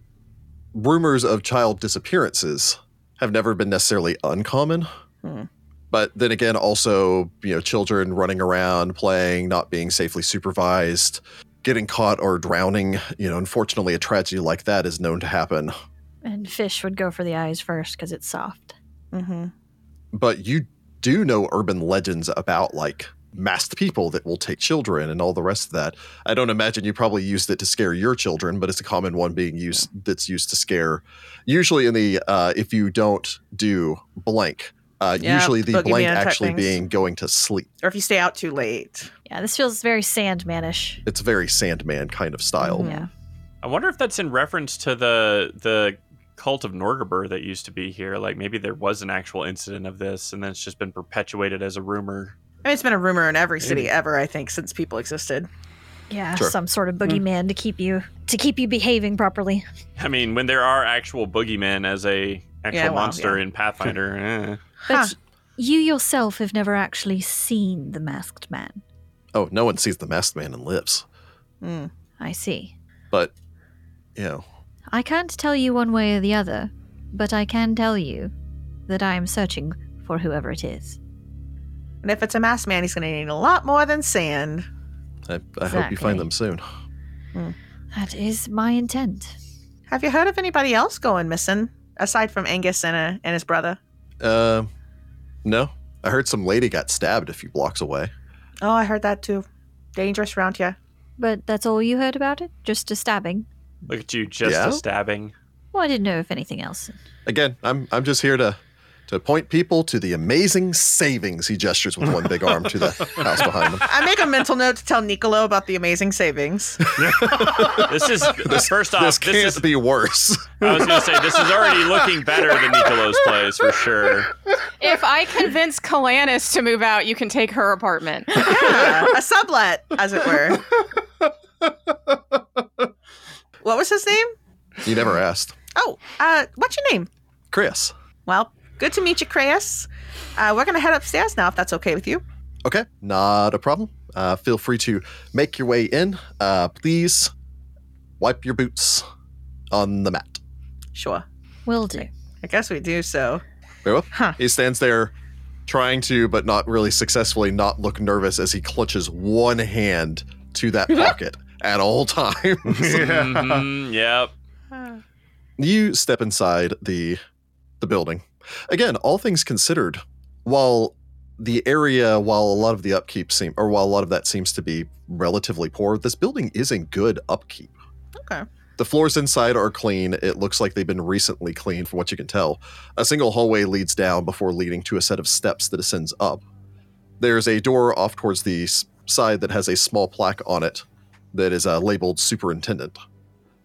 [SPEAKER 1] rumors of child disappearances have never been necessarily uncommon.
[SPEAKER 2] Hmm.
[SPEAKER 1] But then again, also, you know, children running around, playing, not being safely supervised, getting caught or drowning. You know, unfortunately, a tragedy like that is known to happen.
[SPEAKER 6] And fish would go for the eyes first because it's soft.
[SPEAKER 2] Mm-hmm.
[SPEAKER 1] But you do know urban legends about like masked people that will take children and all the rest of that. I don't imagine you probably used it to scare your children, but it's a common one being used that's used to scare. Usually in the uh, if you don't do blank, uh,
[SPEAKER 2] Yeah,
[SPEAKER 1] usually the
[SPEAKER 2] boogeyman
[SPEAKER 1] blank
[SPEAKER 2] type
[SPEAKER 1] actually
[SPEAKER 2] things.
[SPEAKER 1] being going to sleep.
[SPEAKER 2] Or if you stay out too late.
[SPEAKER 6] Yeah, this feels very sandmanish.
[SPEAKER 1] It's very Sandman kind of style.
[SPEAKER 2] Mhm.
[SPEAKER 6] Yeah.
[SPEAKER 4] I wonder if that's in reference to the the cult of Norgeber that used to be here. Like maybe there was an actual incident of this, and then it's just been perpetuated as a rumor.
[SPEAKER 2] I mean, it's been a rumor in every city
[SPEAKER 4] Maybe.
[SPEAKER 2] ever, I think, since people existed.
[SPEAKER 6] Yeah,
[SPEAKER 1] Sure.
[SPEAKER 6] some sort of boogeyman to keep you to keep you behaving properly.
[SPEAKER 4] I mean, when there are actual boogeymen as a actual
[SPEAKER 2] Yeah, well,
[SPEAKER 4] monster
[SPEAKER 2] yeah.
[SPEAKER 4] in Pathfinder, eh.
[SPEAKER 6] But
[SPEAKER 2] Huh.
[SPEAKER 6] you yourself have never actually seen the masked man.
[SPEAKER 1] Oh, no one sees the masked man and lives.
[SPEAKER 2] Mm.
[SPEAKER 6] I see.
[SPEAKER 1] But you know,
[SPEAKER 6] I can't tell you one way or the other, but I can tell you that I am searching for whoever it is.
[SPEAKER 2] And if it's a masked man, he's going to need a lot more than sand.
[SPEAKER 1] I, I hope you
[SPEAKER 6] Exactly.
[SPEAKER 1] find them soon.
[SPEAKER 6] That is my intent.
[SPEAKER 2] Have you heard of anybody else going missing aside from Angus and, uh, and his brother?
[SPEAKER 1] Um, no. I heard some lady got stabbed a few blocks away.
[SPEAKER 2] Oh, I heard that too. Dangerous around here.
[SPEAKER 6] But that's all you heard about it? Just a stabbing?
[SPEAKER 4] look at you just
[SPEAKER 1] Yeah?
[SPEAKER 4] a stabbing.
[SPEAKER 6] Well, I didn't know if anything else.
[SPEAKER 1] Again, I'm I'm just here to to point people to the amazing savings. He gestures with one big arm to the house behind him.
[SPEAKER 2] I make a mental note to tell Nicolo about the amazing savings.
[SPEAKER 4] This is uh, first
[SPEAKER 1] This
[SPEAKER 4] off. Oh, This,
[SPEAKER 1] can't
[SPEAKER 4] is.
[SPEAKER 1] be worse.
[SPEAKER 4] I was gonna say this is already looking better than Nicolo's plays for sure.
[SPEAKER 3] If I convince Kalanis to move out, you can take her apartment.
[SPEAKER 2] Yeah, a sublet, as it were. What was his name?
[SPEAKER 1] You never asked.
[SPEAKER 2] Oh, uh, what's your name?
[SPEAKER 1] Chris.
[SPEAKER 2] Well, good to meet you, Kreas. Uh, we're going to head upstairs now, if that's okay with you.
[SPEAKER 1] Okay, not a problem. Uh, feel free to make your way in. Uh, please wipe your boots on the mat.
[SPEAKER 2] Sure.
[SPEAKER 6] Will do.
[SPEAKER 2] I guess we do so.
[SPEAKER 1] Very well.
[SPEAKER 2] Huh.
[SPEAKER 1] He stands there trying to, but not really successfully, not look nervous as he clutches one hand to that pocket at all times.
[SPEAKER 5] yeah.
[SPEAKER 4] Mhm, yep.
[SPEAKER 1] you step inside the the building. Again, all things considered, while the area, while a lot of the upkeep seem, or while a lot of that seems to be relatively poor, this building is in good upkeep.
[SPEAKER 2] Okay.
[SPEAKER 1] The floors inside are clean. It looks like they've been recently cleaned, from what you can tell. A single hallway leads down before leading to a set of steps that ascends up. There's a door off towards the s- side that has a small plaque on it that is uh, labeled superintendent.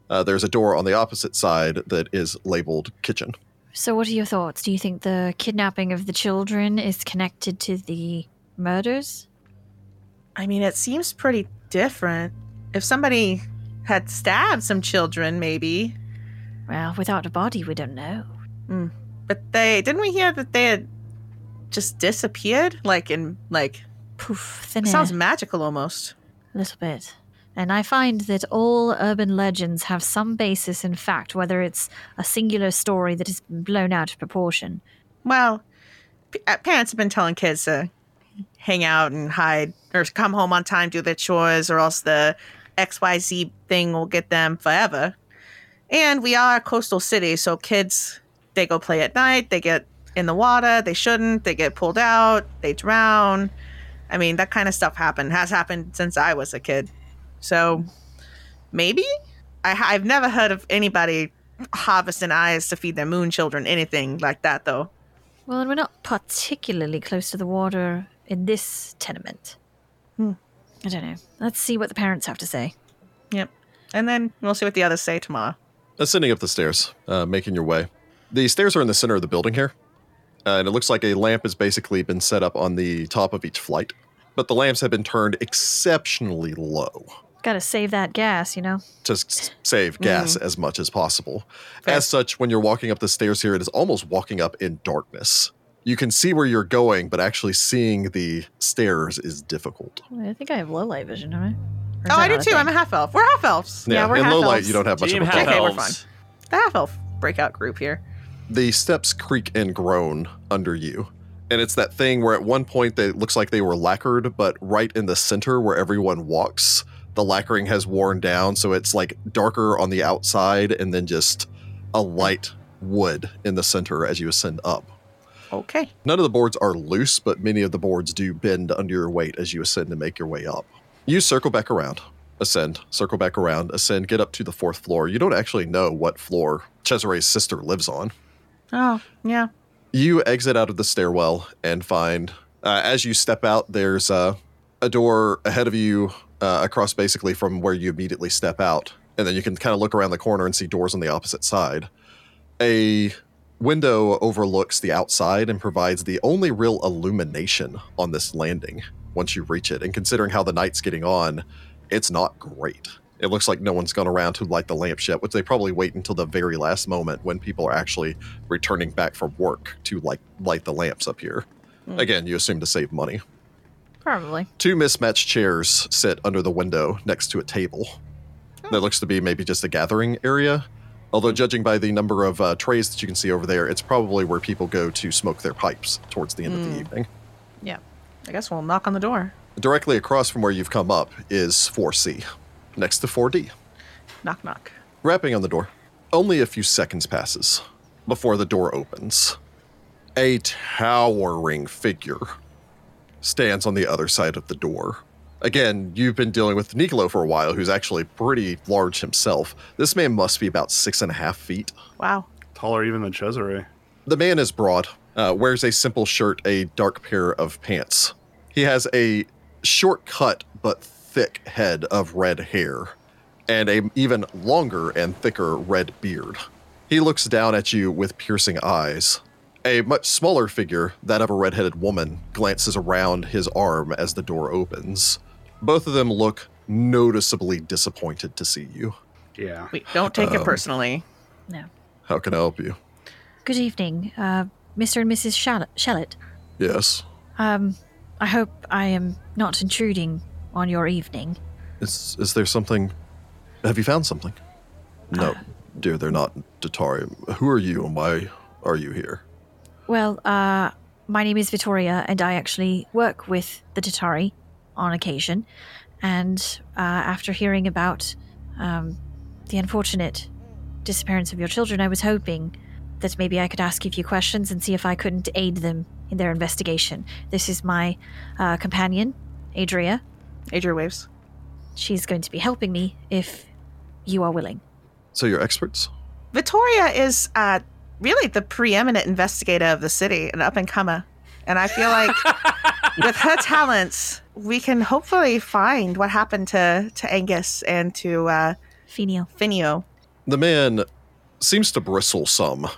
[SPEAKER 1] Uh, there's a door on the opposite side that is labeled kitchen.
[SPEAKER 6] So, what are your thoughts? Do you think the kidnapping of the children is connected to the murders?
[SPEAKER 2] I mean, it seems pretty different. If somebody had stabbed some children, maybe,
[SPEAKER 6] Well, without a body, we don't know.
[SPEAKER 2] but they didn't we hear that they had just disappeared? Like, in, like,
[SPEAKER 6] Poof, thin
[SPEAKER 2] it sounds
[SPEAKER 6] air,
[SPEAKER 2] magical almost.
[SPEAKER 6] a little bit. And I find that all urban legends have some basis in fact, whether it's a singular story that has been blown out of proportion.
[SPEAKER 2] Well, p- uh, parents have been telling kids to hang out and hide or come home on time, do their chores, or else the XYZ thing will get them forever. And we are a coastal city, so kids, they go play at night, they get in the water, they shouldn't, they get pulled out, they drown. I mean, that kind of stuff happened, has happened since I was a kid. So maybe? I, I've never heard of anybody harvesting eyes to feed their moon children, anything like that, though.
[SPEAKER 6] Well, and we're not particularly close to the water in this tenement. Hmm. I don't know. Let's see what the parents have to say.
[SPEAKER 2] Yep. And then we'll see what the others say tomorrow.
[SPEAKER 1] ascending up the stairs, uh, making your way. The stairs are in the center of the building here, uh, and it looks like a lamp has basically been set up on the top of each flight, but the lamps have been turned exceptionally low
[SPEAKER 6] Gotta save that gas, you know?
[SPEAKER 1] to s- save gas as much as possible.
[SPEAKER 2] Fair.
[SPEAKER 1] As such, when you're walking up the stairs here, it is almost walking up in darkness. You can see where you're going, but actually seeing the stairs is difficult.
[SPEAKER 6] I think I have low light vision, don't I? Or is
[SPEAKER 2] Oh,
[SPEAKER 6] that
[SPEAKER 2] I do
[SPEAKER 6] not a
[SPEAKER 2] too.
[SPEAKER 6] thing?
[SPEAKER 2] I'm a half elf. We're half elves.
[SPEAKER 6] Yeah, we're
[SPEAKER 1] in
[SPEAKER 6] half
[SPEAKER 1] low light,
[SPEAKER 6] elves.
[SPEAKER 1] you don't have much
[SPEAKER 4] Team
[SPEAKER 1] of a
[SPEAKER 4] half
[SPEAKER 1] problem.
[SPEAKER 2] Okay, we're
[SPEAKER 4] elves.
[SPEAKER 2] The half elf breakout group here.
[SPEAKER 1] the steps creak and groan under you. And it's that thing where at one point they, it looks like they were lacquered, but right in the center where everyone walks, the lacquering has worn down. So it's like darker on the outside and then just a light wood in the center as you ascend up.
[SPEAKER 2] Okay.
[SPEAKER 1] None of the boards are loose, but many of the boards do bend under your weight as you ascend and make your way up. You circle back around, ascend, circle back around, ascend, get up to the fourth floor. You don't actually know what floor Cesare's sister lives on.
[SPEAKER 2] Oh, yeah.
[SPEAKER 1] You exit out of the stairwell and find, uh, as you step out, there's uh, a door ahead of you uh, across basically from where you immediately step out. And then you can kind of look around the corner and see doors on the opposite side. A window overlooks the outside and provides the only real illumination on this landing once you reach it. And considering how the night's getting on, it's not great. It looks like no one's gone around to light the lamps yet, which they probably wait until the very last moment when people are actually returning back from work to like light the lamps up here. Again, you assume to save money.
[SPEAKER 6] Probably.
[SPEAKER 1] Two mismatched chairs sit under the window next to a table. That looks to be maybe just a gathering area. Although, judging by the number of uh, trays that you can see over there, it's probably where people go to smoke their pipes towards the end of the evening.
[SPEAKER 2] I guess we'll knock on the door.
[SPEAKER 1] Directly across from where you've come up is 4C, next to 4D.
[SPEAKER 2] Knock, knock.
[SPEAKER 1] Rapping on the door. Only a few seconds passes before the door opens. A towering figure stands on the other side of the door. Again, you've been dealing with Nicolo for a while, who's actually pretty large himself. This man must be about six and a half feet.
[SPEAKER 2] Wow.
[SPEAKER 5] Taller even than Cesare.
[SPEAKER 1] The man is broad. uh, wears a simple shirt, a dark pair of pants. He has a short cut but thick head of red hair and a even longer and thicker red beard. He looks down at you with piercing eyes. A much smaller figure, that of a red-headed woman, glances around his arm as the door opens. Both of them look noticeably disappointed to see you.
[SPEAKER 5] Yeah.
[SPEAKER 2] We don't take it
[SPEAKER 1] Um,
[SPEAKER 2] personally.
[SPEAKER 6] No.
[SPEAKER 1] How can I help you?
[SPEAKER 6] Good evening, uh, Mr. and Mrs. Shall- Shallot.
[SPEAKER 1] Yes.
[SPEAKER 6] Um, I hope I am not intruding on your evening.
[SPEAKER 1] Is is there something? Have you found something? No, dear, they're not Datari. Who are you, and why are you here?
[SPEAKER 6] Well, uh, my name is Vittoria, and I actually work with the Tatari on occasion. And uh, after hearing about um, the unfortunate disappearance of your children, I was hoping that maybe I could ask a few questions and see if I couldn't aid them in their investigation. This is my uh, companion, Adria.
[SPEAKER 2] Adria waves.
[SPEAKER 6] She's going to be helping me if you are willing.
[SPEAKER 1] So you're experts.
[SPEAKER 2] Vittoria is uh, really the preeminent investigator of the city, an up and comer. And I feel like with her talents, we can hopefully find what happened to, to Angus and to uh,
[SPEAKER 6] Feniel.
[SPEAKER 2] Finio.
[SPEAKER 1] The man seems to bristle some,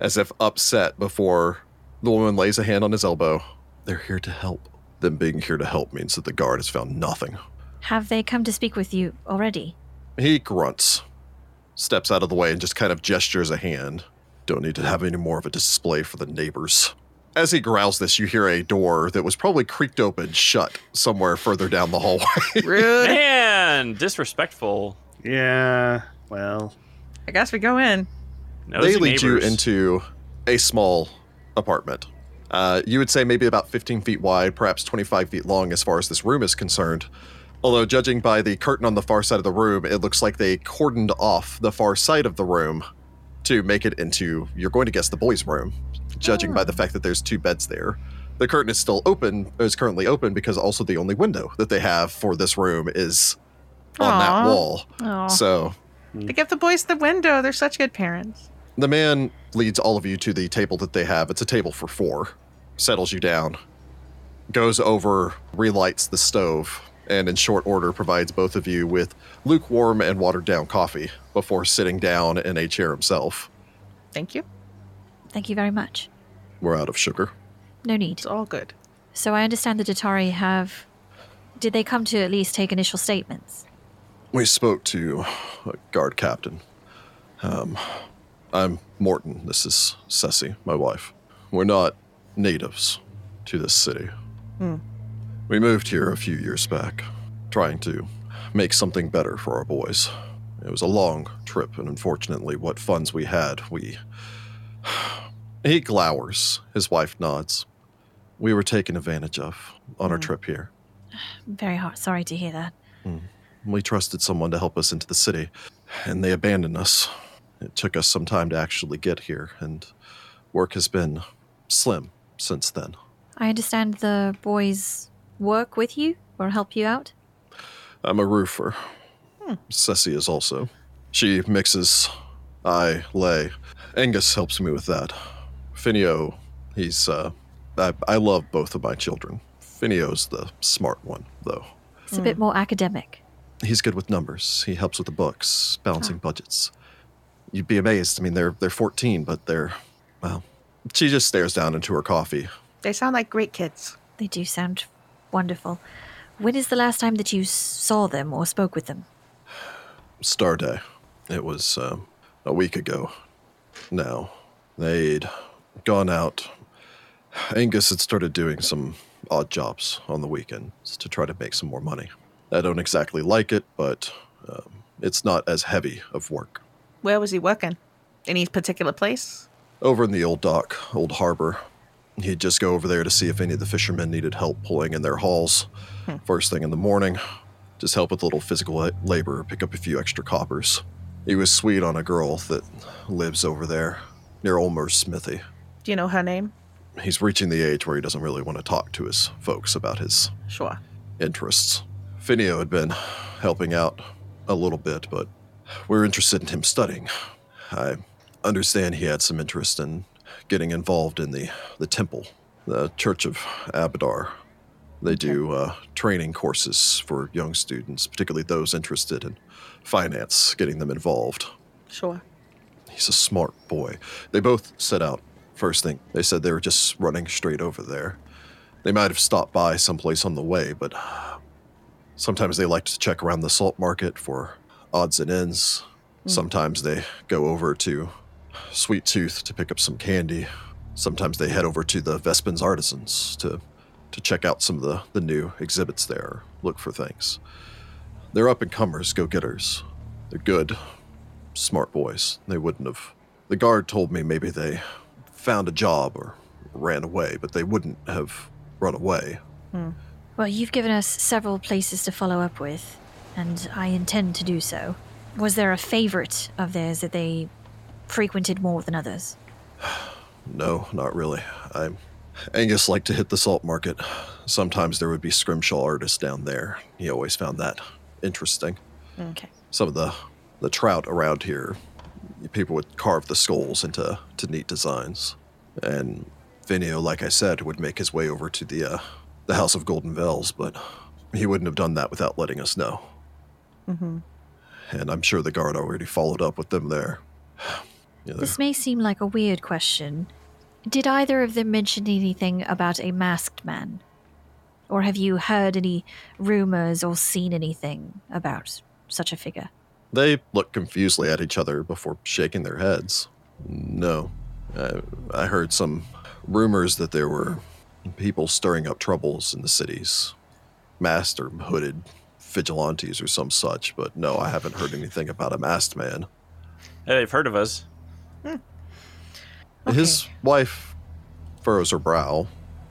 [SPEAKER 1] as if upset before the woman lays a hand on his elbow. They're here to help. Them being here to help means that the guard has found nothing.
[SPEAKER 6] Have they come to speak with you already?
[SPEAKER 1] He grunts, steps out of the way, and just kind of gestures a hand. Don't need to have any more of a display for the neighbors. As he growls this, you hear a door that was probably creaked open shut somewhere further down the hallway.
[SPEAKER 2] Rude.
[SPEAKER 4] Man, disrespectful.
[SPEAKER 5] Yeah. Well,
[SPEAKER 2] I guess we go in.
[SPEAKER 4] Nosy
[SPEAKER 1] they lead you
[SPEAKER 4] neighbors.
[SPEAKER 1] into a small apartment. Uh, you would say maybe about 15 feet wide, perhaps 25 feet long, as far as this room is concerned. Although, judging by the curtain on the far side of the room, it looks like they cordoned off the far side of the room to make it into, you're going to guess, the boys' room, judging
[SPEAKER 2] Oh.
[SPEAKER 1] by the fact that there's two beds there. The curtain is still open, is currently open, because also the only window that they have for this room is on
[SPEAKER 2] Aw.
[SPEAKER 1] that wall.
[SPEAKER 6] Oh,
[SPEAKER 1] So,
[SPEAKER 2] They give the boys the window. They're such good parents.
[SPEAKER 1] The man leads all of you to the table that they have. It's a table for four. Settles you down, goes over, relights the stove, and in short order provides both of you with lukewarm and watered down coffee before sitting down in a chair himself.
[SPEAKER 2] Thank you.
[SPEAKER 6] thank you very much.
[SPEAKER 1] We're out of sugar.
[SPEAKER 6] No need.
[SPEAKER 2] It's all good.
[SPEAKER 6] So I understand the Datari have. Did they come to at least take initial statements?
[SPEAKER 1] We spoke to a guard captain. Um, I'm Morton. This is Ceci, my wife. We're not natives to this city. We moved here a few years back, trying to make something better for our boys. It was a long trip, and unfortunately, what funds we had, we. He glowers. His wife nods. We were taken advantage of on our trip here.
[SPEAKER 6] I'm very hard, sorry to hear that.
[SPEAKER 1] We trusted someone to help us into the city, and they abandoned us. It took us some time to actually get here, and work has been slim since then.
[SPEAKER 6] I understand the boys work with you or help you out.
[SPEAKER 1] I'm a roofer. Ceci is also. She mixes. I lay. Angus helps me with that. Finio, he's. Uh, I, I love both of my children. Finio's the smart one, though.
[SPEAKER 6] It's a bit more academic.
[SPEAKER 1] he's good with numbers. He helps with the books, balancing budgets. You'd be amazed. I mean, they're they're 14, but they're well. She just stares down into her coffee.
[SPEAKER 2] They sound like great kids.
[SPEAKER 6] They do sound wonderful. When is the last time that you s- saw them or spoke with them?
[SPEAKER 1] Star Day. It was um, a week ago. Now they'd gone out. Angus had started doing some odd jobs on the weekends to try to make some more money. I don't exactly like it, but um, it's not as heavy of work.
[SPEAKER 2] Where was he working? Any particular place?
[SPEAKER 1] over in the old dock, old harbor. He'd just go over there to see if any of the fishermen needed help pulling in their hauls first thing in the morning. Just help with a little physical la- labor, pick up a few extra coppers. He was sweet on a girl that lives over there near Olmer's smithy.
[SPEAKER 2] Do you know her name?
[SPEAKER 1] He's reaching the age where he doesn't really want to talk to his folks about his
[SPEAKER 2] Sure.
[SPEAKER 1] interests. Finio had been helping out a little bit, but we're interested in him studying. I understand he had some interest in getting involved in the, the temple, the Church of Abadar. They do uh, training courses for young students, particularly those interested in finance, getting them involved.
[SPEAKER 2] Sure.
[SPEAKER 1] He's a smart boy. They both set out first thing. They said they were just running straight over there. They might have stopped by someplace on the way, but uh, sometimes they like to check around the salt market for odds and ends. Sometimes they go over to Sweet Tooth to pick up some candy. Sometimes they head over to the Vespin's Artisans to to check out some of the, the new exhibits there, look for things. They're up and comers, go getters. They're good, smart boys. They wouldn't have. The guard told me maybe they found a job or ran away, but they wouldn't have run away.
[SPEAKER 6] Well, you've given us several places to follow up with, and I intend to do so. Was there a favorite of theirs that they frequented more than others?
[SPEAKER 1] No, not really. I Angus liked to hit the salt market. Sometimes there would be scrimshaw artists down there. He always found that interesting.
[SPEAKER 6] Okay.
[SPEAKER 1] Some of the the trout around here, people would carve the skulls into to neat designs. And Vinio, like I said, would make his way over to the uh, the House of Golden Bells, but he wouldn't have done that without letting us know. Mm-hmm. And I'm sure the guard already followed up with them there. Yeah, they're-
[SPEAKER 6] This may seem like a weird question. Did either of them mention anything about a masked man? Or have you heard any rumors or seen anything about such a figure?
[SPEAKER 1] They looked confusedly at each other before shaking their heads. No. I, I heard some rumors that there were people stirring up troubles in the cities. Masked or hooded vigilantes or some such, but no, I haven't heard anything about a masked man.
[SPEAKER 4] Hey, they've heard of us.
[SPEAKER 1] His wife furrows her brow.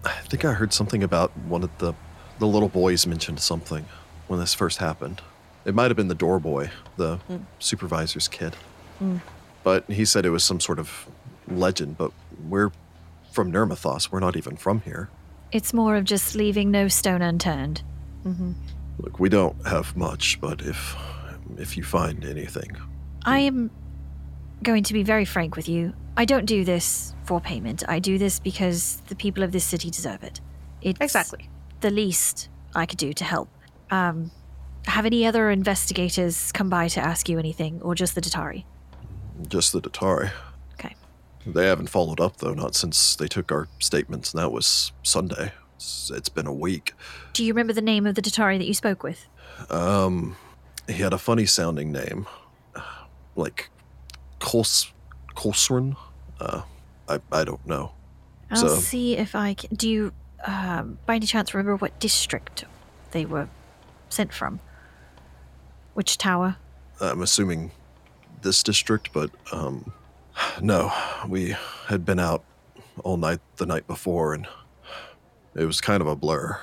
[SPEAKER 1] I think I heard something about one of the the little boys mentioned something when this first happened. It might have been the door boy, the supervisor's kid. But he said it was some sort of legend, but we're from Nirmathos. We're not even from here.
[SPEAKER 6] It's more of just leaving no stone unturned.
[SPEAKER 1] Look, we don't have much, but if if you find anything,
[SPEAKER 6] I am going to be very frank with you. I don't do this for payment. I do this because the people of this city deserve it. It's
[SPEAKER 2] Exactly.
[SPEAKER 6] the least I could do to help. Um, have any other investigators come by to ask you anything, or just the Datari?
[SPEAKER 1] just the Datari.
[SPEAKER 6] Okay.
[SPEAKER 1] They haven't followed up though, not since they took our statements, and that was Sunday. It's- it's been a week.
[SPEAKER 6] Do you remember the name of the Datari that you spoke with?
[SPEAKER 1] Um, he had a funny sounding name, like Kols Kolsrin. Uh, I I don't know.
[SPEAKER 6] I'll
[SPEAKER 1] So-
[SPEAKER 6] see if I can. Do you, um, by any chance, remember what district they were sent from? Which tower?
[SPEAKER 1] I'm assuming this district, but um, no, we had been out all night the night before, and it was kind of a blur.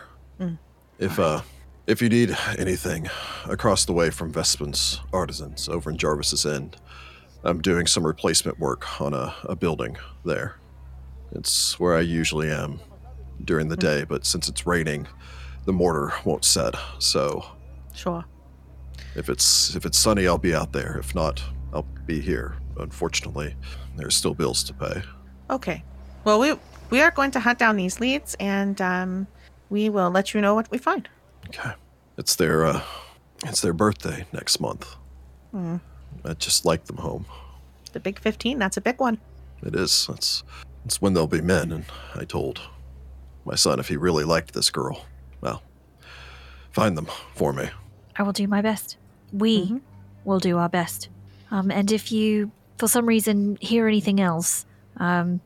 [SPEAKER 1] If uh, if you need anything, across the way from Vespin's Artisans, over in Jarvis's End, I'm doing some replacement work on a, a building there. It's where I usually am during the day, but since it's raining, the mortar won't set, so
[SPEAKER 2] Sure.
[SPEAKER 1] if it's if it's sunny, I'll be out there. If not, I'll be here. Unfortunately, there's still bills to pay.
[SPEAKER 2] Okay. Well, we we are going to hunt down these leads, and um, we will let you know what we find.
[SPEAKER 1] Okay. It's their uh, it's their birthday next month. I just like them home.
[SPEAKER 2] The big fifteen. That's a big one.
[SPEAKER 1] It is. It's it's when they'll be men. And I told my son if he really liked this girl, well, find them for me.
[SPEAKER 6] I will do my best. We will do our best. Um, and if you, for some reason, hear anything else, um,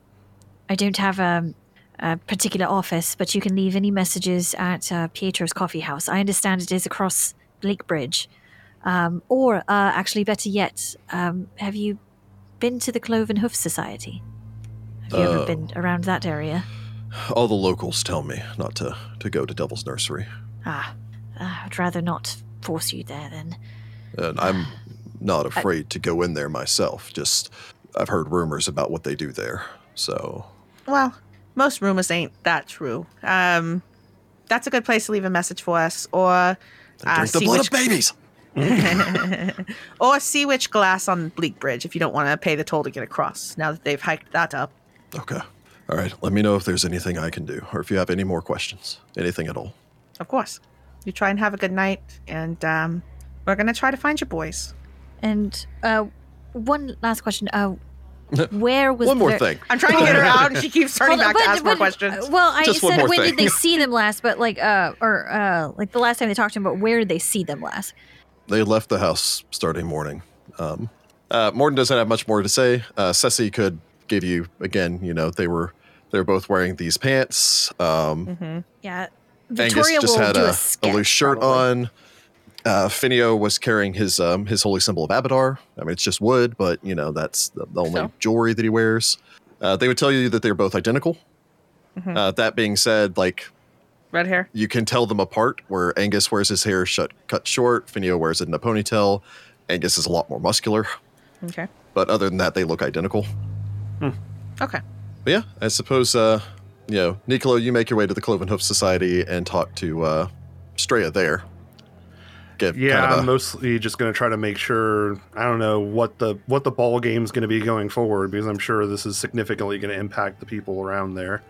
[SPEAKER 6] I don't have a, a particular office, but you can leave any messages at uh, Pietro's Coffee House. I understand it is across Lake Bridge. Um, or, uh, actually, better yet, um, have you been to the Cloven Hoof Society? Have you
[SPEAKER 1] Oh.
[SPEAKER 6] ever been around that area?
[SPEAKER 1] All the locals tell me not to to go to Devil's Nursery,
[SPEAKER 6] Ah, uh, I'd rather not force you there then.
[SPEAKER 1] and I'm not afraid to go in there myself. Just I've heard rumors about what they do there, so
[SPEAKER 2] Well, most rumors ain't that true. Um, that's a good place to leave a message for us, or uh,
[SPEAKER 1] They drink the
[SPEAKER 2] see
[SPEAKER 1] blood
[SPEAKER 2] which-
[SPEAKER 1] of babies.
[SPEAKER 2] or see which glass on Bleak Bridge if you don't want to pay the toll to get across. Now that they've hiked that up,
[SPEAKER 1] Okay. All right. Let me know if there's anything I can do or if you have any more questions, anything at all.
[SPEAKER 2] Of course. You try and have a good night, and um, we're gonna try to find your boys.
[SPEAKER 6] And uh, one last question. Uh, where was
[SPEAKER 1] One more
[SPEAKER 6] their-
[SPEAKER 1] thing.
[SPEAKER 2] I'm trying to get her out, and she keeps turning
[SPEAKER 6] Hold on,
[SPEAKER 2] back to ask more
[SPEAKER 6] when-
[SPEAKER 2] questions.
[SPEAKER 6] Well, I
[SPEAKER 1] Just one
[SPEAKER 6] said
[SPEAKER 1] more
[SPEAKER 6] when
[SPEAKER 1] thing.
[SPEAKER 6] did they see them last, but like uh or uh like the last time they talked to him, but where did they see them last?
[SPEAKER 1] They left the house starting morning. Um, uh, Morton doesn't have much more to say. Uh, Ceci could give you again. You know, they were they're both wearing these pants. Um,
[SPEAKER 2] Mhm.
[SPEAKER 6] Yeah.
[SPEAKER 1] Angus just
[SPEAKER 6] will
[SPEAKER 1] had
[SPEAKER 6] do
[SPEAKER 1] a,
[SPEAKER 6] sketch,
[SPEAKER 1] a loose shirt
[SPEAKER 6] probably.
[SPEAKER 1] on. Uh, Finio was carrying his um, his holy symbol of Abadar. I mean, it's just wood, but you know that's the, the only
[SPEAKER 2] So?
[SPEAKER 1] jewelry that he wears. Uh, they would tell you that they're both identical.
[SPEAKER 6] Mm-hmm.
[SPEAKER 2] Mhm.
[SPEAKER 1] Uh, that being said, like
[SPEAKER 2] Red hair.
[SPEAKER 1] you can tell them apart. Where Angus wears his hair shut, cut short, Finio wears it in a ponytail. Angus is a lot more muscular,
[SPEAKER 2] Okay.
[SPEAKER 1] but other than that, they look identical.
[SPEAKER 2] Okay.
[SPEAKER 1] But yeah, I suppose uh, you know, Nicolo, you make your way to the Cloven Hoof Society and talk to uh, Straya there. Get
[SPEAKER 5] Yeah,
[SPEAKER 1] kind of
[SPEAKER 5] I'm
[SPEAKER 1] a-
[SPEAKER 5] mostly just going to try to make sure I don't know what the what the ball game's going to be going forward because I'm sure this is significantly going to impact the people around there.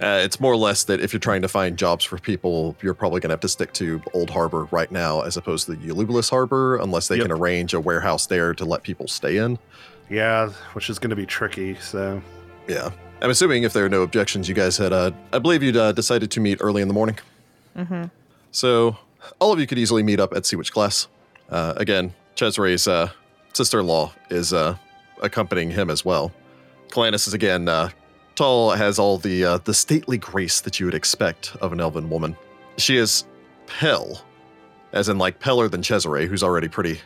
[SPEAKER 1] Uh, it's more or less that if you're trying to find jobs for people, you're probably going to have to stick to Old Harbor right now as opposed to the Ulubalus Harbor, unless they
[SPEAKER 5] Yep.
[SPEAKER 1] can arrange a warehouse there to let people stay in.
[SPEAKER 5] Yeah, which is going to be tricky. So
[SPEAKER 1] Yeah. I'm assuming if there are no objections, you guys had, uh, I believe you'd uh, decided to meet early in the morning.
[SPEAKER 2] Mm-hmm.
[SPEAKER 1] So all of you could easily meet up at Seawitch Class. Uh, again, Cesare's uh, sister-in-law is uh, accompanying him as well. Calanus is again uh, tall, has all the uh, the stately grace that you would expect of an elven woman. She is pale, as in like paler than Cesare, who's already pretty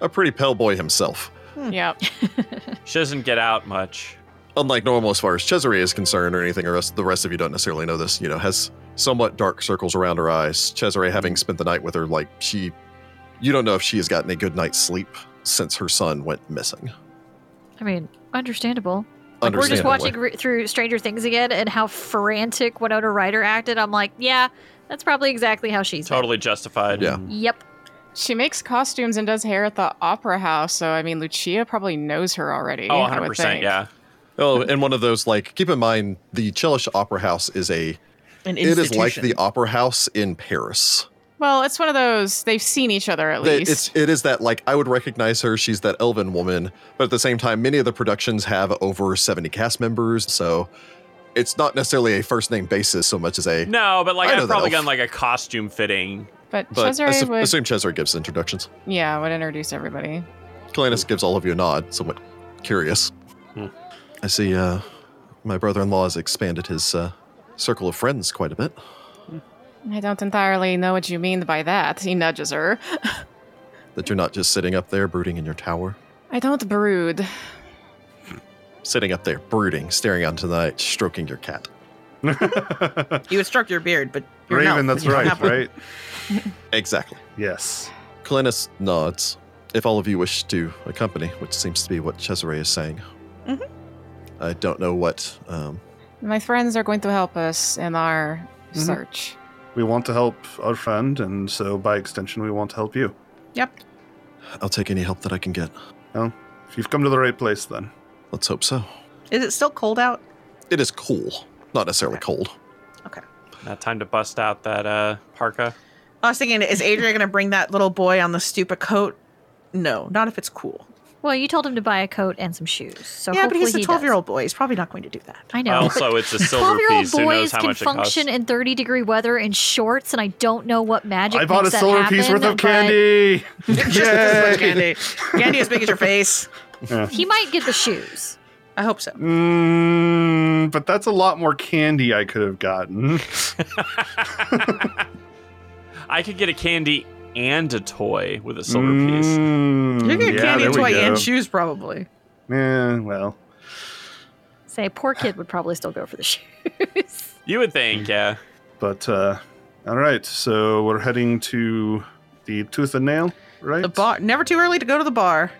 [SPEAKER 1] a pretty pale boy himself.
[SPEAKER 3] Yep.
[SPEAKER 4] She doesn't get out much.
[SPEAKER 1] Unlike normal as far as Cesare is concerned or anything, or rest, the rest of you don't necessarily know this, you know, has somewhat dark circles around her eyes. Cesare having spent the night with her, like she you don't know if she has gotten a good night's sleep since her son went missing.
[SPEAKER 6] I mean, understandable. Like
[SPEAKER 1] Understandably.
[SPEAKER 6] we're just watching re- through Stranger Things again and how frantic Winona Ryder acted. I'm like, yeah, that's probably exactly how she's been.
[SPEAKER 4] Totally justified.
[SPEAKER 1] Yeah.
[SPEAKER 6] Yep.
[SPEAKER 3] She makes costumes and does hair at the opera house, so I mean, Lucia probably knows her already.
[SPEAKER 4] Oh,
[SPEAKER 3] I
[SPEAKER 4] 100
[SPEAKER 3] would
[SPEAKER 4] percent.
[SPEAKER 3] think.
[SPEAKER 4] Yeah.
[SPEAKER 1] Oh, and one of those like keep in mind the Chelish Opera House is a
[SPEAKER 2] An
[SPEAKER 1] it is like
[SPEAKER 2] institution.
[SPEAKER 1] the opera house in Paris.
[SPEAKER 3] Well, it's one of those they've seen each other at
[SPEAKER 1] They-
[SPEAKER 3] least.
[SPEAKER 1] It's it is that like I would recognize her. She's that elven woman, but at the same time, many of the productions have over seventy cast members, so it's not necessarily a first name basis so much as a.
[SPEAKER 4] No, but like
[SPEAKER 1] I know
[SPEAKER 4] I've
[SPEAKER 1] that
[SPEAKER 4] probably
[SPEAKER 1] elf.
[SPEAKER 4] done like a costume fitting.
[SPEAKER 3] but
[SPEAKER 1] But I
[SPEAKER 3] Cesare
[SPEAKER 1] assu-
[SPEAKER 3] would,
[SPEAKER 1] assume Cesare gives introductions.
[SPEAKER 3] yeah, would introduce everybody.
[SPEAKER 1] Kalanus gives all of you a nod, somewhat curious.
[SPEAKER 5] Hmm.
[SPEAKER 1] I see. Uh, my brother-in-law has expanded his uh, circle of friends quite a bit.
[SPEAKER 3] I don't entirely know what you mean by that. He nudges her.
[SPEAKER 1] That you're not just sitting up there brooding in your tower,
[SPEAKER 3] I don't brood.
[SPEAKER 1] sitting up there brooding, staring out into the night, stroking your cat.
[SPEAKER 2] You would stroke your beard, but you're an
[SPEAKER 5] Raven,
[SPEAKER 2] elf.
[SPEAKER 5] that's
[SPEAKER 2] You don't
[SPEAKER 5] right,
[SPEAKER 2] have one.
[SPEAKER 5] right?
[SPEAKER 1] Exactly.
[SPEAKER 5] Yes.
[SPEAKER 1] Clenus nods. If all of you wish to accompany, which seems to be what Cesare is saying,
[SPEAKER 2] Mhm.
[SPEAKER 1] I don't know what. Um,
[SPEAKER 3] My friends are going to help us in our
[SPEAKER 1] Mm-hmm.
[SPEAKER 5] Mhm.
[SPEAKER 3] search.
[SPEAKER 5] We want to help our friend, and so by extension, we want to help you.
[SPEAKER 1] I'll take any help that I can get.
[SPEAKER 5] If you've come to the right place, then
[SPEAKER 1] Let's hope so.
[SPEAKER 2] Is it still cold out?
[SPEAKER 1] It is cool, not necessarily
[SPEAKER 2] Okay.
[SPEAKER 1] cold.
[SPEAKER 4] Not time to bust out that uh, parka.
[SPEAKER 2] I was thinking, is Adria going to bring that little boy on the stupid coat? No, not if it's cool.
[SPEAKER 6] Well, you told him to buy a coat and some shoes. So
[SPEAKER 2] yeah, but
[SPEAKER 6] hopefully
[SPEAKER 2] he's a
[SPEAKER 6] he does.
[SPEAKER 2] 12 year old boy. He's probably not going to do that.
[SPEAKER 6] I know.
[SPEAKER 4] Also, it's a silver
[SPEAKER 6] 12 year old
[SPEAKER 4] piece. Who
[SPEAKER 6] boys
[SPEAKER 4] knows how
[SPEAKER 6] can
[SPEAKER 4] much it costs?
[SPEAKER 6] function in 30 degree weather in shorts, and I don't know what magic
[SPEAKER 5] I bought a
[SPEAKER 6] makes that
[SPEAKER 5] silver piece
[SPEAKER 6] happen,
[SPEAKER 5] worth of
[SPEAKER 6] but
[SPEAKER 5] candy.
[SPEAKER 2] Just as much candy. Candy as big as your face.
[SPEAKER 6] He might get the shoes.
[SPEAKER 2] I hope so.
[SPEAKER 5] Mm, but that's a lot more candy I could have gotten.
[SPEAKER 4] I could get a candy and a toy with a silver piece.
[SPEAKER 5] Mm,
[SPEAKER 2] You're getting
[SPEAKER 5] yeah,
[SPEAKER 2] candy
[SPEAKER 5] there we
[SPEAKER 2] toy and
[SPEAKER 5] go.
[SPEAKER 2] shoes, probably.
[SPEAKER 5] Yeah, well,
[SPEAKER 6] Say, poor kid would probably still go for the shoes.
[SPEAKER 4] You would think, yeah.
[SPEAKER 5] but uh, all right. So we're heading to the Tooth and Nail, right?
[SPEAKER 2] The bar. Never too early to go to the bar.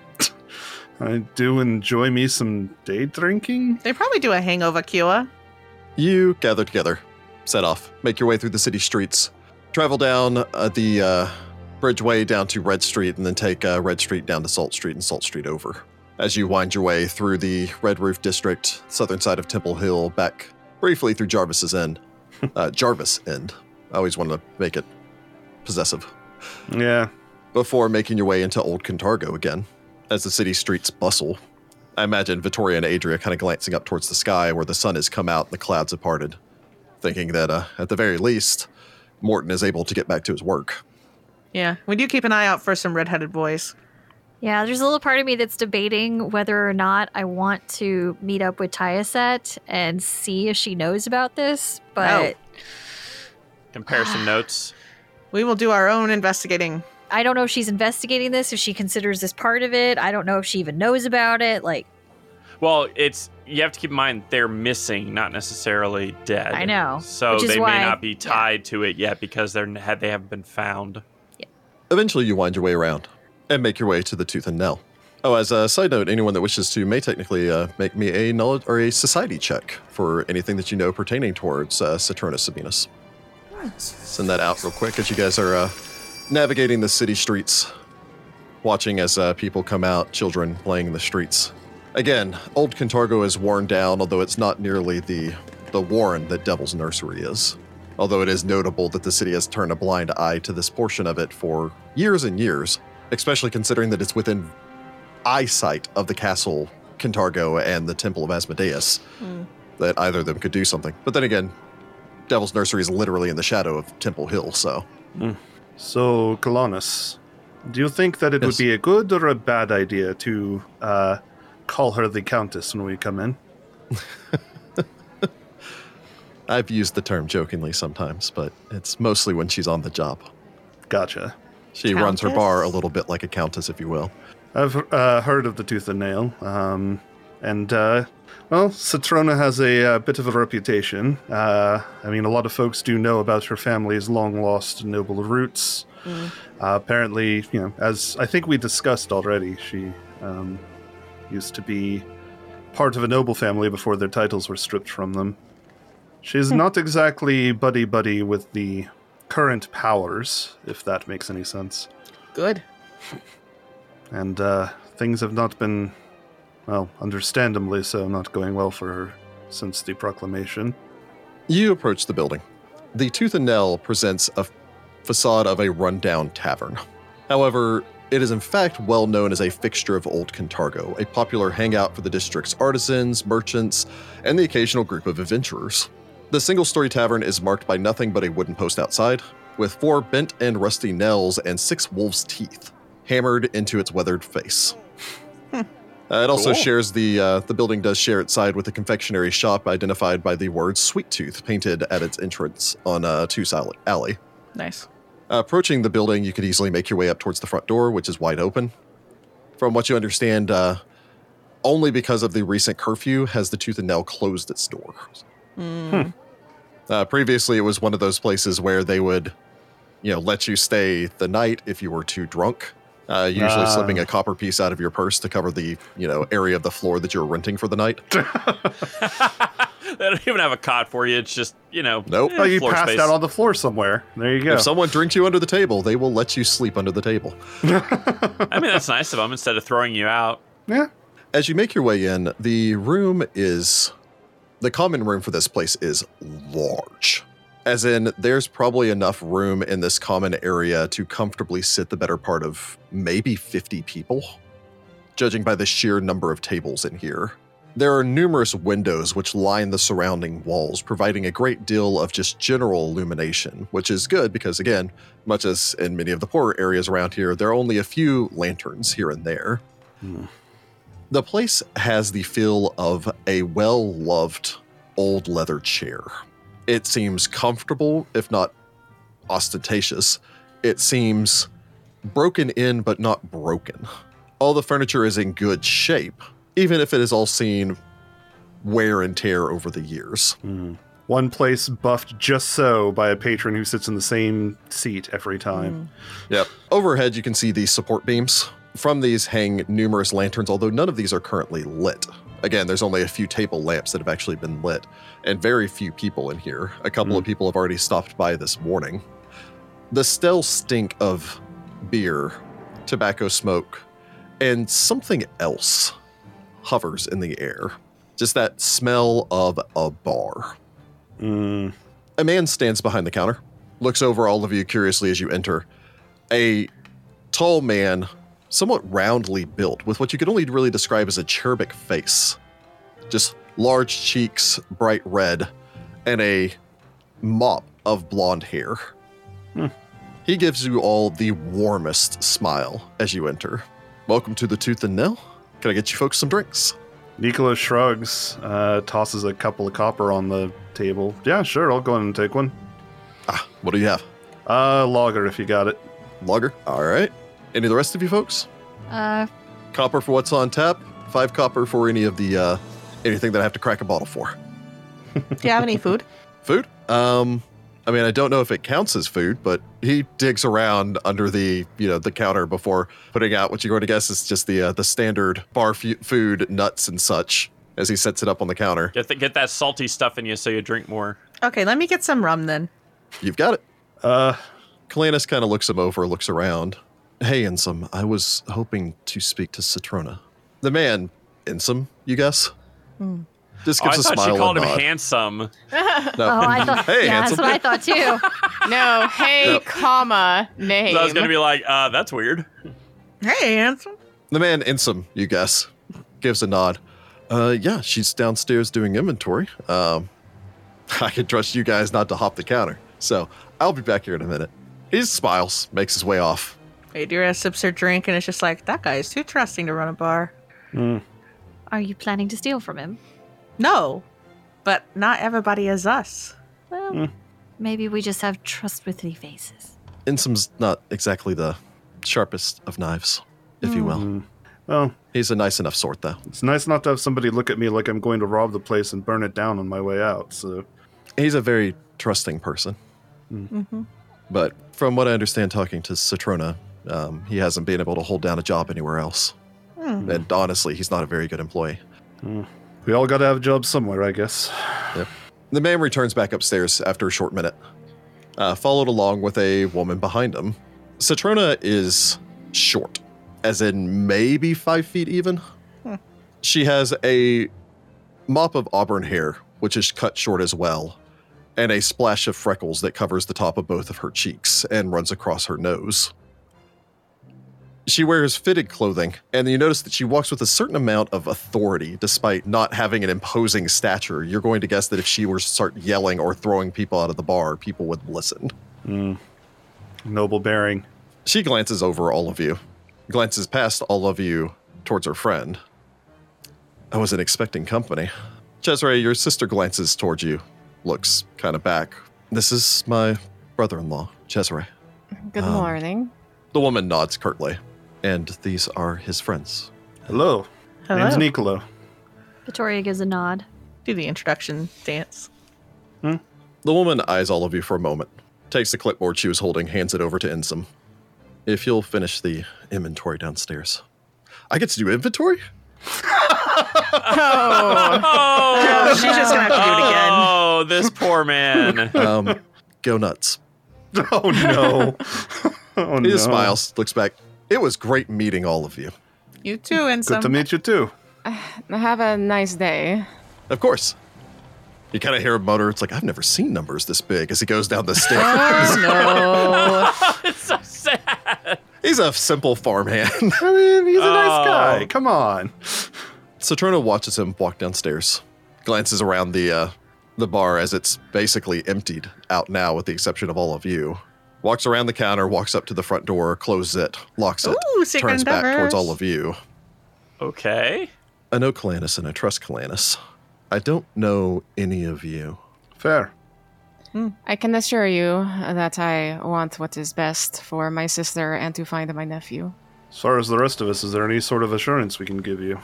[SPEAKER 5] I do enjoy me some day drinking.
[SPEAKER 2] They probably do a hangover cure.
[SPEAKER 1] You gather together, set off, make your way through the city streets, travel down uh, the uh, bridgeway down to Red Street, and then take uh, Red Street down to Salt Street and Salt Street over. as you wind your way through the Red Roof District, southern side of Temple Hill, back briefly through Jarvis's End. Uh, Jarvis End. I always wanted to make it possessive.
[SPEAKER 5] Yeah.
[SPEAKER 1] Before making your way into Old Cantargo again, as the city streets bustle. I imagine Vittoria and Adria kind of glancing up towards the sky where the sun has come out and the clouds have parted, thinking that uh, at the very least, Morton is able to get back to his work.
[SPEAKER 2] Yeah, we do keep an eye out for some redheaded boys.
[SPEAKER 6] Yeah, there's a little part of me that's debating whether or not I want to meet up with Tyaset and see if she knows about this, but
[SPEAKER 4] Comparison notes.
[SPEAKER 2] We will do our own investigating.
[SPEAKER 6] I don't know if she's investigating this, if she considers this part of it. I don't know if she even knows about it. Like,
[SPEAKER 4] Well, it's you have to keep in mind they're missing, not necessarily dead.
[SPEAKER 6] I know,
[SPEAKER 4] So
[SPEAKER 6] which is
[SPEAKER 4] they
[SPEAKER 6] why-
[SPEAKER 4] may not be
[SPEAKER 6] yeah.
[SPEAKER 4] tied to it yet because they're had they haven't been found.
[SPEAKER 1] Eventually, you wind your way around and make your way to the Tooth and Nail. Oh, as a side note, anyone that wishes to may technically uh, make me a knowledge or a society check for anything that you know pertaining towards uh, Citronus Sabinus. Send that out real quick as you guys are uh, navigating the city streets, watching as uh, people come out, children playing in the streets. Again, Old Cantargo is worn down, although it's not nearly the the warren that Devil's Nursery is. Although it is notable that the city has turned a blind eye to this portion of it for years and years, especially considering that it's within eyesight of the castle Cantargo and the Temple of Asmodeus, that either of them could do something. But then again, Devil's Nursery is literally in the shadow of Temple Hill, so
[SPEAKER 5] So, Colonus, do you think that it
[SPEAKER 1] Yes.
[SPEAKER 5] would be a good or a bad idea to uh, call her the Countess when we come in?
[SPEAKER 1] I've used the term jokingly sometimes, but it's mostly when she's on the job.
[SPEAKER 5] Gotcha.
[SPEAKER 1] She runs her bar a
[SPEAKER 2] Countess?
[SPEAKER 1] little bit like a countess, if you will.
[SPEAKER 5] I've uh, heard of the Tooth and Nail, um, and uh, well, Citrona has a, uh bit of a reputation. Uh, I mean, a lot of folks do know about her family's long-lost noble roots. Uh, apparently, you know, as I think we discussed already, she um, used to be part of a noble family before their titles were stripped from them. She's not exactly buddy buddy with the current powers, if that makes any sense
[SPEAKER 2] Good.
[SPEAKER 5] and uh, things have not been, well, understandably so, not going well for her since the proclamation.
[SPEAKER 1] You approach the building. The Tooth and Nail presents a facade of a rundown tavern. However, it is in fact well known as a fixture of Old Cantargo, a popular hangout for the district's artisans, merchants, and the occasional group of adventurers. The single story tavern is marked by nothing but a wooden post outside, with four bent and rusty nails and six wolves' teeth hammered into its weathered face. Uh, it also
[SPEAKER 4] Cool.
[SPEAKER 1] shares the uh, the building does share its side with a confectionery shop identified by the word "sweet tooth" painted at its entrance on uh, Tooth Alley- Alley.
[SPEAKER 2] Nice.
[SPEAKER 1] Approaching the building, you could easily make your way up towards the front door, which is wide open. From what you understand, uh, only because of the recent curfew has the Tooth and Nail closed its doors. Uh, previously, it was one of those places where they would, you know, let you stay the night if you were too drunk. Uh, usually,
[SPEAKER 5] Ah.
[SPEAKER 1] slipping a copper piece out of your purse to cover the, you know, area of the floor that you're renting for the night.
[SPEAKER 4] they don't even have a cot for you. It's just you know.
[SPEAKER 1] Nope.
[SPEAKER 4] eh,
[SPEAKER 5] Oh, you
[SPEAKER 4] floor
[SPEAKER 5] passed
[SPEAKER 4] space.
[SPEAKER 5] out on the floor somewhere. There you go.
[SPEAKER 1] If someone drinks you under the table, they will let you sleep under the table.
[SPEAKER 4] I mean, that's nice of them. Instead of throwing you out,
[SPEAKER 5] yeah.
[SPEAKER 1] As you make your way in, the room is the common room for this place is large. As in, there's probably enough room in this common area to comfortably sit the better part of maybe 50 people, judging by the sheer number of tables in here. There are numerous windows which line the surrounding walls, providing a great deal of just general illumination, which is good because, again, much as in many of the poorer areas around here, there are only a few lanterns here and there. The place has the feel of a well loved old leather chair. It seems comfortable, if not ostentatious. It seems broken in, but not broken. All the furniture is in good shape, even if it has all seen wear and tear over the years.
[SPEAKER 5] One place buffed just so by a patron who sits in the same seat every time.
[SPEAKER 1] Yep. Overhead, you can see these support beams. From these hang numerous lanterns, although none of these are currently lit. Again, there's only a few table lamps that have actually been lit, and very few people in here. A couple of people have already stopped by this morning. The stale stink of beer, tobacco smoke, and something else hovers in the air. Just that smell of a bar.
[SPEAKER 4] Hmm.
[SPEAKER 5] Mm,
[SPEAKER 1] A man stands behind the counter, looks over all of you curiously as you enter. A tall man, somewhat roundly built, with what you could only really describe as a cherubic face. Just large cheeks, bright red, and a mop of blonde hair.
[SPEAKER 5] Hmm.
[SPEAKER 1] He gives you all the warmest smile as you enter. Welcome to the Tooth and Nail. Can I get you folks some drinks?
[SPEAKER 5] Nicola shrugs, uh, tosses a couple of copper on the table. Yeah, sure, I'll go in and take one.
[SPEAKER 1] Ah, what do you have?
[SPEAKER 5] Uh, lager if you got it.
[SPEAKER 1] Lager? All right. Any of the rest of you folks?
[SPEAKER 6] Uh,
[SPEAKER 1] copper for what's on tap, five copper for any of the uh, anything that I have to crack a bottle for.
[SPEAKER 2] Do you have any food?
[SPEAKER 1] Food? Um, I mean, I don't know if it counts as food, but he digs around under the you know the counter before putting out what you're going to guess is just the uh, the standard bar fu- food, nuts and such, as he sets it up on the counter.
[SPEAKER 4] Get, the, get that salty stuff in you so you drink more.
[SPEAKER 2] Okay, let me get some rum then.
[SPEAKER 1] You've got it.
[SPEAKER 5] Uh,
[SPEAKER 1] Kalanus kind of looks him over, looks around. Hey, Insum, I was hoping to speak to Citrona. The man, Insum, you guess? Just
[SPEAKER 4] Oh, I
[SPEAKER 1] gives a
[SPEAKER 4] thought
[SPEAKER 1] smile.
[SPEAKER 4] she called him
[SPEAKER 1] and nod.
[SPEAKER 4] handsome.
[SPEAKER 1] No.
[SPEAKER 6] oh, I thought.
[SPEAKER 1] hey,
[SPEAKER 6] yeah, that's
[SPEAKER 1] handsome.
[SPEAKER 6] what I thought too.
[SPEAKER 3] No, hey,
[SPEAKER 1] Nope.
[SPEAKER 3] comma, name.
[SPEAKER 4] So I was gonna be like, uh, that's weird.
[SPEAKER 2] Hey, handsome.
[SPEAKER 1] The man Insum, you guess, gives a nod. Uh, yeah, she's downstairs doing inventory. Um, I can trust you guys not to hop the counter, so I'll be back here in a minute. He smiles, makes his way off.
[SPEAKER 2] Adira sips her drink and it's just like, that guy is too trusting to run a bar.
[SPEAKER 5] mm,
[SPEAKER 6] Are you planning to steal from him?
[SPEAKER 2] No, but not everybody is us.
[SPEAKER 6] Well,
[SPEAKER 5] Mm.
[SPEAKER 6] maybe we just have trustworthy faces.
[SPEAKER 1] Insum's not exactly the sharpest of knives, if you will.
[SPEAKER 5] mm. Well,
[SPEAKER 1] He's a nice enough sort, though.
[SPEAKER 5] it's nice not to have somebody look at me like I'm going to rob the place and burn it down on my way out. So,
[SPEAKER 1] He's a very trusting person.
[SPEAKER 2] Mm-hmm.
[SPEAKER 1] But from what I understand, talking to Citrona, um, he hasn't been able to hold down a job anywhere else.
[SPEAKER 2] Hmm.
[SPEAKER 1] And honestly, he's not a very good employee.
[SPEAKER 5] we all got to have jobs somewhere, I guess.
[SPEAKER 1] The man returns back upstairs after a short minute, uh, followed along with a woman behind him. Citrona is short, as in maybe five feet even.
[SPEAKER 2] Hmm.
[SPEAKER 1] She has a mop of auburn hair, which is cut short as well, and a splash of freckles that covers the top of both of her cheeks and runs across her nose. She wears fitted clothing, and you notice that she walks with a certain amount of authority despite not having an imposing stature. You're going to guess that if she were to start yelling or throwing people out of the bar, people would listen.
[SPEAKER 5] Mm. Noble bearing.
[SPEAKER 1] She glances over all of you, glances past all of you towards her friend. I wasn't expecting company. Cesare, your sister glances towards you, looks kind of back. This is my brother in law, Cesare.
[SPEAKER 3] Good
[SPEAKER 1] um,
[SPEAKER 3] morning.
[SPEAKER 1] The woman nods curtly, and these are his friends.
[SPEAKER 5] Hello. Name's
[SPEAKER 2] Hello.
[SPEAKER 5] Nicolo.
[SPEAKER 6] Vittoria gives a nod.
[SPEAKER 2] Do the introduction dance.
[SPEAKER 1] The woman eyes all of you for a moment, takes the clipboard she was holding, hands it over to Ensom. If you'll finish the inventory downstairs. I get to do inventory?
[SPEAKER 3] Oh,
[SPEAKER 4] Oh,
[SPEAKER 2] she's just gonna have to do it again.
[SPEAKER 4] oh, this poor man.
[SPEAKER 5] Uh,
[SPEAKER 1] Um, go nuts.
[SPEAKER 5] Oh, no. oh,
[SPEAKER 1] He
[SPEAKER 5] no.
[SPEAKER 1] just smiles, looks back. It was great meeting all of you.
[SPEAKER 2] You too, and
[SPEAKER 5] Good to meet you, too.
[SPEAKER 3] have a nice day.
[SPEAKER 1] Of course. You kind of hear him mutter, it's like, I've never seen numbers this big as he goes down the stairs.
[SPEAKER 2] no.
[SPEAKER 4] it's so sad.
[SPEAKER 1] He's a simple farmhand.
[SPEAKER 5] I mean, he's a nice
[SPEAKER 4] Oh.
[SPEAKER 5] guy. Come on.
[SPEAKER 1] Saturna watches him walk downstairs, glances around the uh, the bar as it's basically emptied out now, with the exception of all of you. Walks around the counter, walks up to the front door, closes it, locks it,
[SPEAKER 2] Ooh, secret
[SPEAKER 1] turns back towards
[SPEAKER 2] endeavors.
[SPEAKER 1] all of you.
[SPEAKER 4] Okay.
[SPEAKER 1] I know Calanus and I trust Calanus. I don't know any of you.
[SPEAKER 5] Fair.
[SPEAKER 3] I can assure you that I want what is best for my sister and to find my nephew.
[SPEAKER 5] As far as the rest of us, is there any sort of assurance we can give you?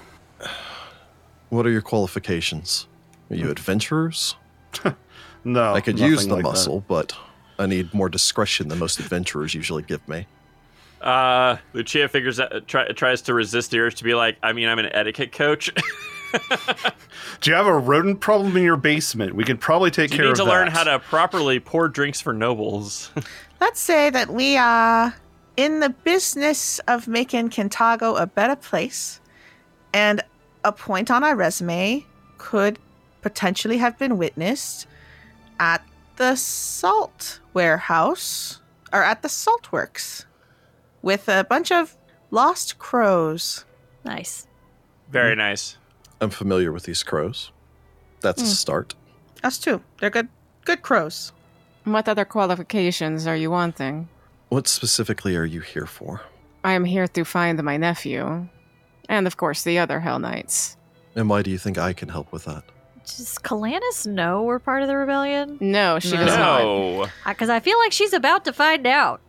[SPEAKER 1] What are your qualifications? Are you adventurers?
[SPEAKER 5] No.
[SPEAKER 1] I could
[SPEAKER 5] Hmm. Oh, nothing
[SPEAKER 1] use the
[SPEAKER 5] like that.
[SPEAKER 1] muscle, but I need more discretion than most adventurers usually give me.
[SPEAKER 4] Uh, Lucia figures out, try, tries to resist the urge to be like, I mean, I'm an etiquette coach.
[SPEAKER 5] Do you have a rodent problem in your basement? We could probably take
[SPEAKER 4] you
[SPEAKER 5] care
[SPEAKER 4] need
[SPEAKER 5] of
[SPEAKER 4] to
[SPEAKER 5] that.
[SPEAKER 4] learn how to properly pour drinks for nobles.
[SPEAKER 2] Let's say that we are in the business of making Kintago a better place, and a point on our resume could potentially have been witnessed at the salt warehouse or at the salt works with a bunch of lost crows.
[SPEAKER 6] Nice.
[SPEAKER 4] Very nice.
[SPEAKER 1] I'm familiar with these crows. That's a start.
[SPEAKER 2] Us too. They're good good crows.
[SPEAKER 3] What other qualifications are you wanting?
[SPEAKER 1] What specifically are you here for?
[SPEAKER 3] I am here to find my nephew. And of course, the other Hell Knights.
[SPEAKER 1] And why do you think I can help with that?
[SPEAKER 6] Does Kalanis know we're part of the rebellion?
[SPEAKER 3] No, she does not.
[SPEAKER 4] No.
[SPEAKER 6] Because I feel like she's about to find out.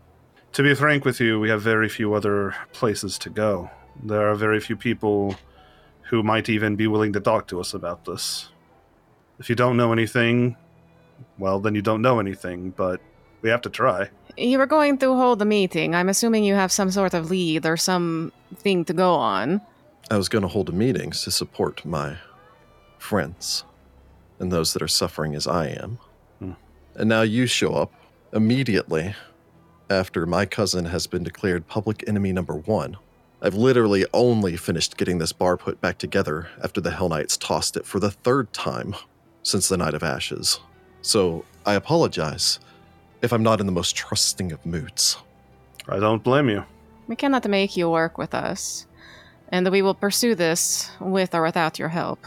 [SPEAKER 5] To be frank with you, we have very few other places to go. There are very few people who might even be willing to talk to us about this. If you don't know anything, well, then you don't know anything, but we have to try.
[SPEAKER 3] You were going to hold a meeting. I'm assuming you have some sort of lead or some thing to go on.
[SPEAKER 1] I was going to hold a meetings to support my friends and those that are suffering as I am.
[SPEAKER 5] Hmm.
[SPEAKER 1] And now you show up immediately after my cousin has been declared public enemy number one. I've literally only finished getting this bar put back together after the Hell Knights tossed it for the third time since the Night of Ashes. So I apologize if I'm not in the most trusting of moods.
[SPEAKER 5] I don't blame you.
[SPEAKER 3] We cannot make you work with us, and we will pursue this with or without your help.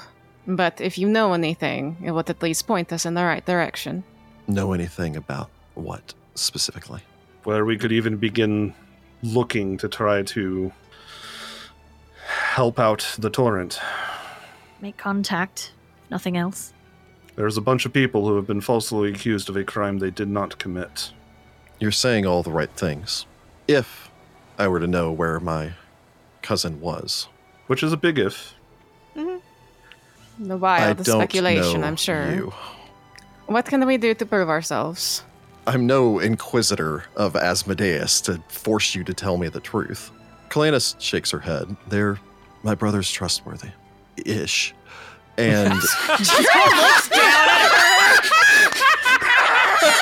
[SPEAKER 3] But if you know anything, it would at least point us in the right direction.
[SPEAKER 1] Know anything about what specifically?
[SPEAKER 5] Where we could even begin looking to try to help out the torrent.
[SPEAKER 6] Make contact. Nothing else.
[SPEAKER 5] There's a bunch of people who have been falsely accused of a crime they did not commit.
[SPEAKER 1] You're saying all the right things. If I were to know where my cousin was,
[SPEAKER 5] Which is a big if.
[SPEAKER 3] The
[SPEAKER 1] I
[SPEAKER 3] wild
[SPEAKER 1] don't
[SPEAKER 3] speculation,
[SPEAKER 1] know
[SPEAKER 3] I'm sure.
[SPEAKER 1] you.
[SPEAKER 3] What can we do to prove ourselves?
[SPEAKER 1] I'm no inquisitor of Asmodeus to force you to tell me the truth. Kalanus shakes her head. They're my brother's trustworthy. Ish. And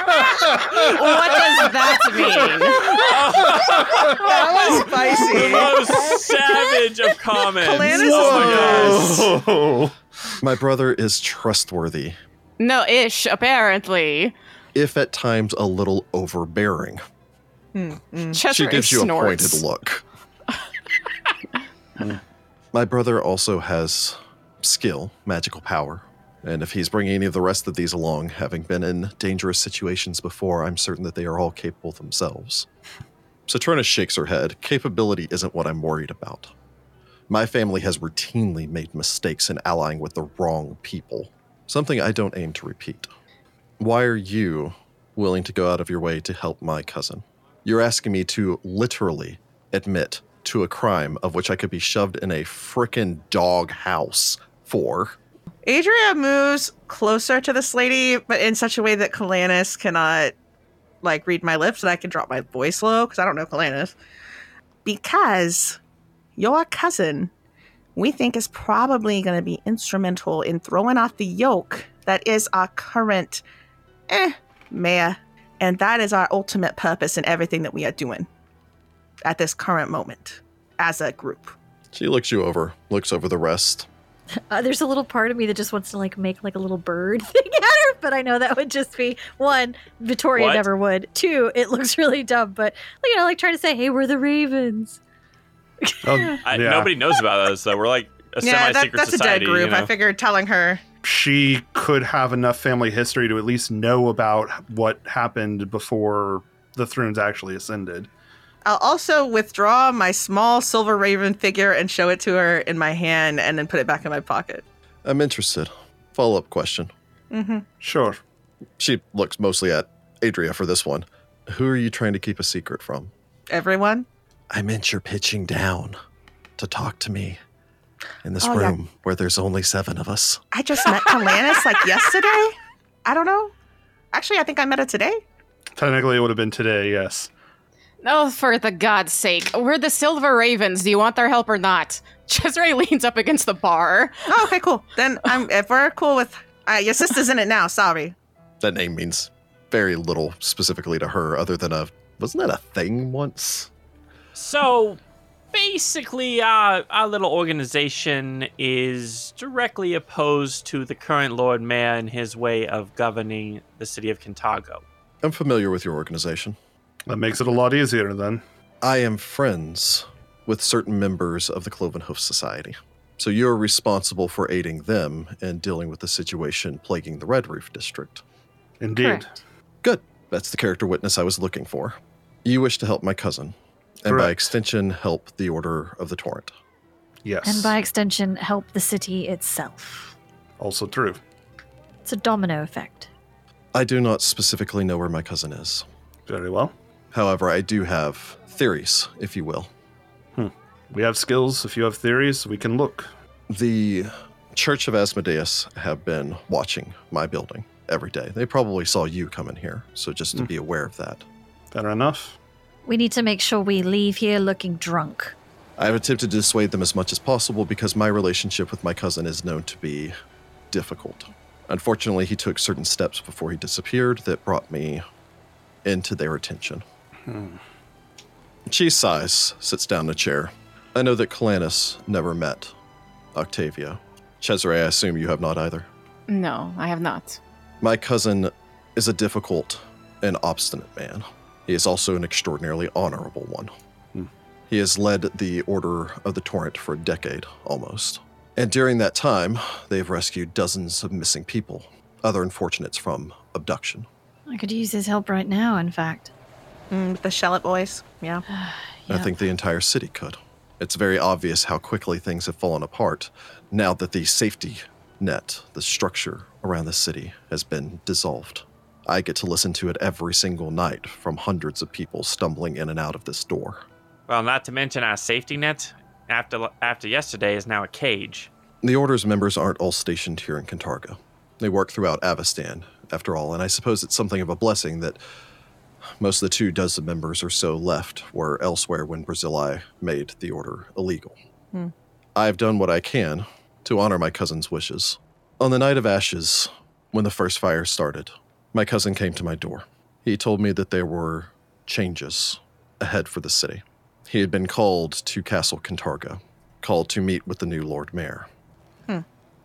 [SPEAKER 2] What does that mean? that was
[SPEAKER 4] the
[SPEAKER 2] spicy.
[SPEAKER 4] most savage of comments.
[SPEAKER 2] Kalanus
[SPEAKER 4] oh
[SPEAKER 2] is-
[SPEAKER 4] my gosh.
[SPEAKER 5] Oh,
[SPEAKER 1] my brother is trustworthy,
[SPEAKER 3] No ish, apparently.
[SPEAKER 1] if at times a little overbearing.
[SPEAKER 2] Mm, mm.
[SPEAKER 3] Chester
[SPEAKER 1] she gives you
[SPEAKER 3] snorts.
[SPEAKER 1] a pointed look. My brother also has skill, magical power, and if he's bringing any of the rest of these along, having been in dangerous situations before, I'm certain that they are all capable themselves. Saturna shakes her head. Capability isn't what I'm worried about. My family has routinely made mistakes in allying with the wrong people, something I don't aim to repeat. Why are you willing to go out of your way to help my cousin? You're asking me to literally admit to a crime of which I could be shoved in a frickin' dog house for.
[SPEAKER 2] Adria moves closer to this lady, but in such a way that Kalanis cannot like read my lips and I can drop my voice low because I don't know Kalanis. Because your cousin, we think, is probably going to be instrumental in throwing off the yoke that is our current eh, mayor. And that is our ultimate purpose in everything that we are doing at this current moment as a group.
[SPEAKER 1] She looks you over, looks over the rest.
[SPEAKER 6] Uh, there's a little part of me that just wants to like make like a little bird thing at her, but I know that would just be one. Victoria
[SPEAKER 4] What?
[SPEAKER 6] never would. Two, it looks really dumb, but you know, like trying to say, "Hey, we're the Ravens."
[SPEAKER 4] I,
[SPEAKER 5] yeah.
[SPEAKER 4] Nobody knows about us, though. We're like a
[SPEAKER 2] yeah, that,
[SPEAKER 4] semi-secret
[SPEAKER 2] that's
[SPEAKER 4] society.
[SPEAKER 2] a dead group.
[SPEAKER 4] You know?
[SPEAKER 2] I figured telling her
[SPEAKER 5] she could have enough family history to at least know about what happened before the thrones actually ascended.
[SPEAKER 2] I'll also withdraw my small silver raven figure and show it to her in my hand and then put it back in my pocket.
[SPEAKER 1] I'm interested. Follow up question.
[SPEAKER 2] hmm
[SPEAKER 5] Sure.
[SPEAKER 1] She looks mostly at Adria for this one. Who are you trying to keep a secret from?
[SPEAKER 2] Everyone?
[SPEAKER 1] I meant you're pitching down to talk to me in this
[SPEAKER 2] Oh, yeah.
[SPEAKER 1] room where there's only seven of us.
[SPEAKER 2] I just met Kalanis like yesterday. I don't know. Actually, I think I met her today.
[SPEAKER 5] Technically, it would have been today, yes.
[SPEAKER 3] Oh, for the god's sake. We're the Silver Ravens. Do you want their help or not? Chesray leans up against the bar.
[SPEAKER 2] Oh, okay, cool. Then I'm if we're cool with uh, your sister's in it now. Sorry.
[SPEAKER 1] That name means very little specifically to her, other than a wasn't that a thing once?
[SPEAKER 4] So, basically our, our little organization is directly opposed to the current Lord Mayor and his way of governing the city of Kintago.
[SPEAKER 1] I'm familiar with your organization.
[SPEAKER 5] That makes it a lot easier then.
[SPEAKER 1] I am friends with certain members of the Cloven Hoof Society. So you're responsible for aiding them and dealing with the situation plaguing the Red Roof District.
[SPEAKER 5] Indeed.
[SPEAKER 3] Correct.
[SPEAKER 1] Good. That's the character witness I was looking for. You wish to help my cousin, and by
[SPEAKER 5] Correct.
[SPEAKER 1] extension, help the Order of the Torrent.
[SPEAKER 5] Yes.
[SPEAKER 6] And by extension, help the city itself.
[SPEAKER 5] also true.
[SPEAKER 6] It's a domino effect.
[SPEAKER 1] I do not specifically know where my cousin is.
[SPEAKER 5] Very well.
[SPEAKER 1] However, I do have theories, if you will.
[SPEAKER 5] We have skills. If you have theories, we can look.
[SPEAKER 1] The Church of Asmodeus have been watching my building every day. They probably saw you come in here, so just to be aware of that.
[SPEAKER 5] Fair enough.
[SPEAKER 6] We need to make sure we leave here looking drunk.
[SPEAKER 1] I have attempted to dissuade them as much as possible because my relationship with my cousin is known to be difficult. Unfortunately, he took certain steps before he disappeared that brought me into their attention. She sighs, sits down in a chair. I know that Calanus never met Octavia. Cesare, I assume you have not either.
[SPEAKER 3] No, I have not.
[SPEAKER 1] My cousin is a difficult and obstinate man. He is also an extraordinarily honorable one.
[SPEAKER 5] Hmm.
[SPEAKER 1] He has led the Order of the Torrent for a decade almost. And during that time, they've rescued dozens of missing people, other unfortunates from abduction.
[SPEAKER 6] I could use his help right now, in fact.
[SPEAKER 2] Mm, with the Shallot boys. Yeah.
[SPEAKER 1] I think the entire city could. It's very obvious how quickly things have fallen apart now that the safety net, the structure around the city, has been dissolved. I get to listen to it every single night from hundreds of people stumbling in and out of this door.
[SPEAKER 4] Well, not to mention our safety net after after yesterday is now a cage.
[SPEAKER 1] The Order's members aren't all stationed here in Cantarga. They work throughout Avastan, after all, and I suppose it's something of a blessing that most of the two dozen members or so left were elsewhere when Brazili made the Order illegal.
[SPEAKER 2] Hmm.
[SPEAKER 1] I've done what I can to honor my cousin's wishes. On the night of Ashes, when the first fire started, my cousin came to my door. He told me that there were changes ahead for the city. He had been called to Castle Cantarga, called to meet with the new Lord Mayor.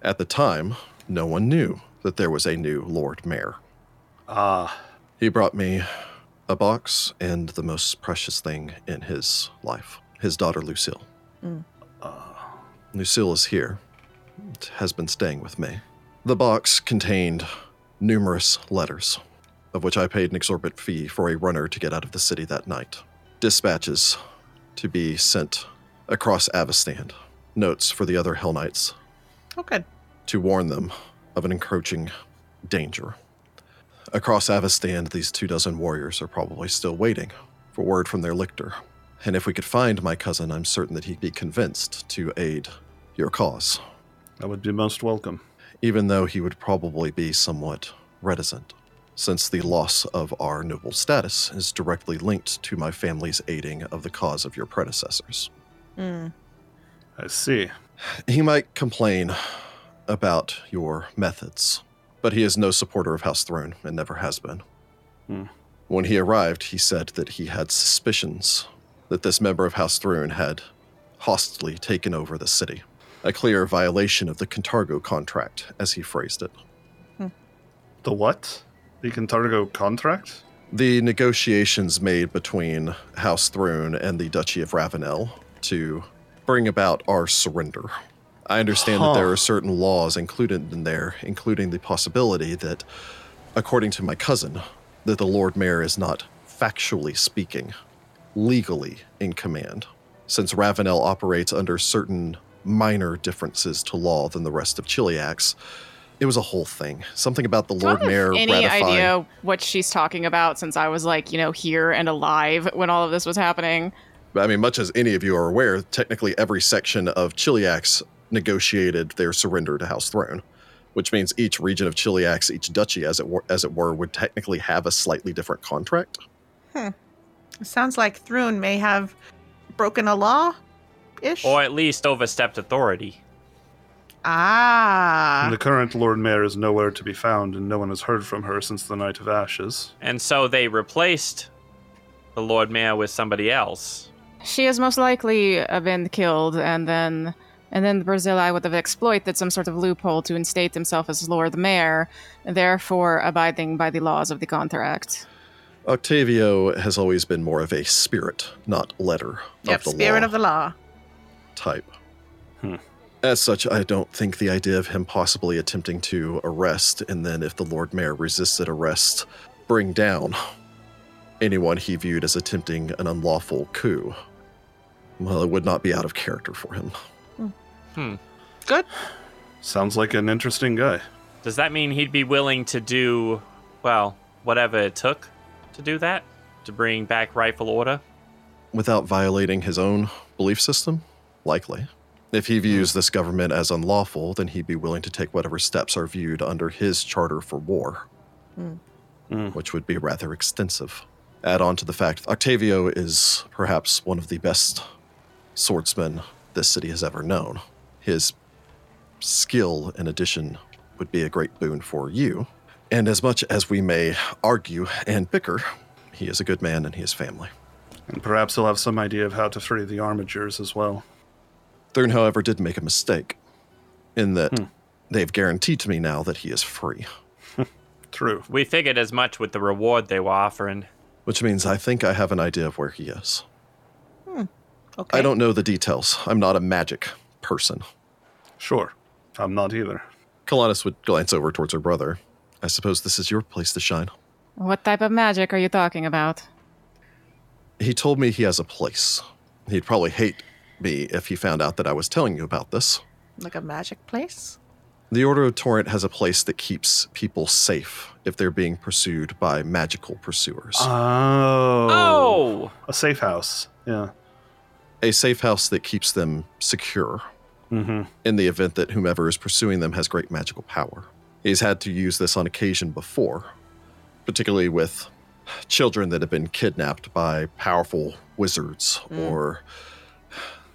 [SPEAKER 1] At the time, no one knew that there was a new Lord Mayor.
[SPEAKER 5] Ah,
[SPEAKER 1] He brought me a box and the most precious thing in his life his daughter, Lucille. Uh, Lucille is here, It has been staying with me. The box contained numerous letters, of which I paid an exorbitant fee for a runner to get out of the city that night, dispatches to be sent across Avastan, notes for the other Hell Knights
[SPEAKER 2] Oh, good.
[SPEAKER 1] to warn them of an encroaching danger. Across Avastan, these two dozen warriors are probably still waiting for word from their lictor. And if we could find my cousin, I'm certain that he'd be convinced to aid your cause,
[SPEAKER 5] that would be most welcome.
[SPEAKER 1] even though he would probably be somewhat reticent, since the loss of our noble status is directly linked to my family's aiding of the cause of your predecessors.
[SPEAKER 2] Mm.
[SPEAKER 5] I see.
[SPEAKER 1] He might complain about your methods, but he is no supporter of House Throne and never has been.
[SPEAKER 5] Hmm.
[SPEAKER 1] When he arrived, he said that he had suspicions that this member of House Throne had hostily taken over the city, a clear violation of the Cantargo contract, as he phrased it.
[SPEAKER 5] The what? The Cantargo contract?
[SPEAKER 1] The negotiations made between House Throne and the Duchy of Ravenel to bring about our surrender. I understand that there
[SPEAKER 5] Huh.
[SPEAKER 1] are certain laws included in there, including the possibility that, according to my cousin, that the Lord Mayor is not factually speaking, legally in command, since Ravenel operates under certain minor differences to law than the rest of Chiliax. It was a whole thing. Something about the
[SPEAKER 3] Do I
[SPEAKER 1] Lord
[SPEAKER 3] have
[SPEAKER 1] Mayor
[SPEAKER 3] any
[SPEAKER 1] ratifying.
[SPEAKER 3] idea what she's talking about since I was like, you know, here and alive when all of this was happening?
[SPEAKER 1] But, I mean, much as any of you are aware, technically every section of Chiliax negotiated their surrender to House Throne, which means each region of Chiliax, each duchy, as it were, as it were, would technically have a slightly different contract.
[SPEAKER 2] It Sounds like Thrun may have broken a law ish.
[SPEAKER 4] Or at least overstepped authority.
[SPEAKER 2] Ah.
[SPEAKER 5] And the current Lord Mayor is nowhere to be found, and no one has heard from her since the Night of Ashes.
[SPEAKER 4] And so they replaced the Lord Mayor with somebody else.
[SPEAKER 3] She has most likely uh, been killed, and then and then the Brazili would have exploited some sort of loophole to instate himself as Lord Mayor, therefore abiding by the laws of the contract.
[SPEAKER 1] Octavio has always been more of a spirit, not letter
[SPEAKER 2] Yep,
[SPEAKER 1] of the
[SPEAKER 2] spirit
[SPEAKER 1] law
[SPEAKER 2] of the law.
[SPEAKER 1] type.
[SPEAKER 5] Hmm.
[SPEAKER 1] As such, I don't think the idea of him possibly attempting to arrest and then, if the Lord Mayor resisted arrest, bring down anyone he viewed as attempting an unlawful coup. Well, it would not be out of character for him.
[SPEAKER 5] Sounds like an interesting guy.
[SPEAKER 4] Does that mean he'd be willing to do, well, whatever it took to do that? To bring back rightful order?
[SPEAKER 1] Without violating his own belief system? Likely. If he views this government as unlawful, then he'd be willing to take whatever steps are viewed under his charter for war.
[SPEAKER 5] Hmm.
[SPEAKER 1] which would be rather extensive. Add on to the fact Octavio is perhaps one of the best swordsmen this city has ever known. His skill, in addition, would be a great boon for you. And as much as we may argue and bicker, he is a good man and he is family.
[SPEAKER 5] And perhaps he'll have some idea of how to free the armatures as well.
[SPEAKER 1] Thurn, however, did make a mistake in that they've guaranteed to me now that he is free,
[SPEAKER 5] True.
[SPEAKER 4] We figured as much with the reward they were offering.
[SPEAKER 1] which means I think I have an idea of where he is.
[SPEAKER 2] Hmm. Okay.
[SPEAKER 1] I don't know the details. I'm not a magic person.
[SPEAKER 5] Sure. I'm not either.
[SPEAKER 1] Kalanis would glance over towards her brother. I suppose this is your place to shine.
[SPEAKER 3] What type of magic are you talking about?
[SPEAKER 1] He told me he has a place. He'd probably hate me if he found out that I was telling you about this.
[SPEAKER 2] Like a magic place?
[SPEAKER 1] The Order of Torrent has a place that keeps people safe if they're being pursued by magical pursuers.
[SPEAKER 5] Oh.
[SPEAKER 4] Oh!
[SPEAKER 5] A safe house. Yeah.
[SPEAKER 1] a safe house that keeps them secure
[SPEAKER 5] Mm-hmm.
[SPEAKER 1] in the event that whomever is pursuing them has great magical power. He's had to use this on occasion before, particularly with children that have been kidnapped by powerful wizards or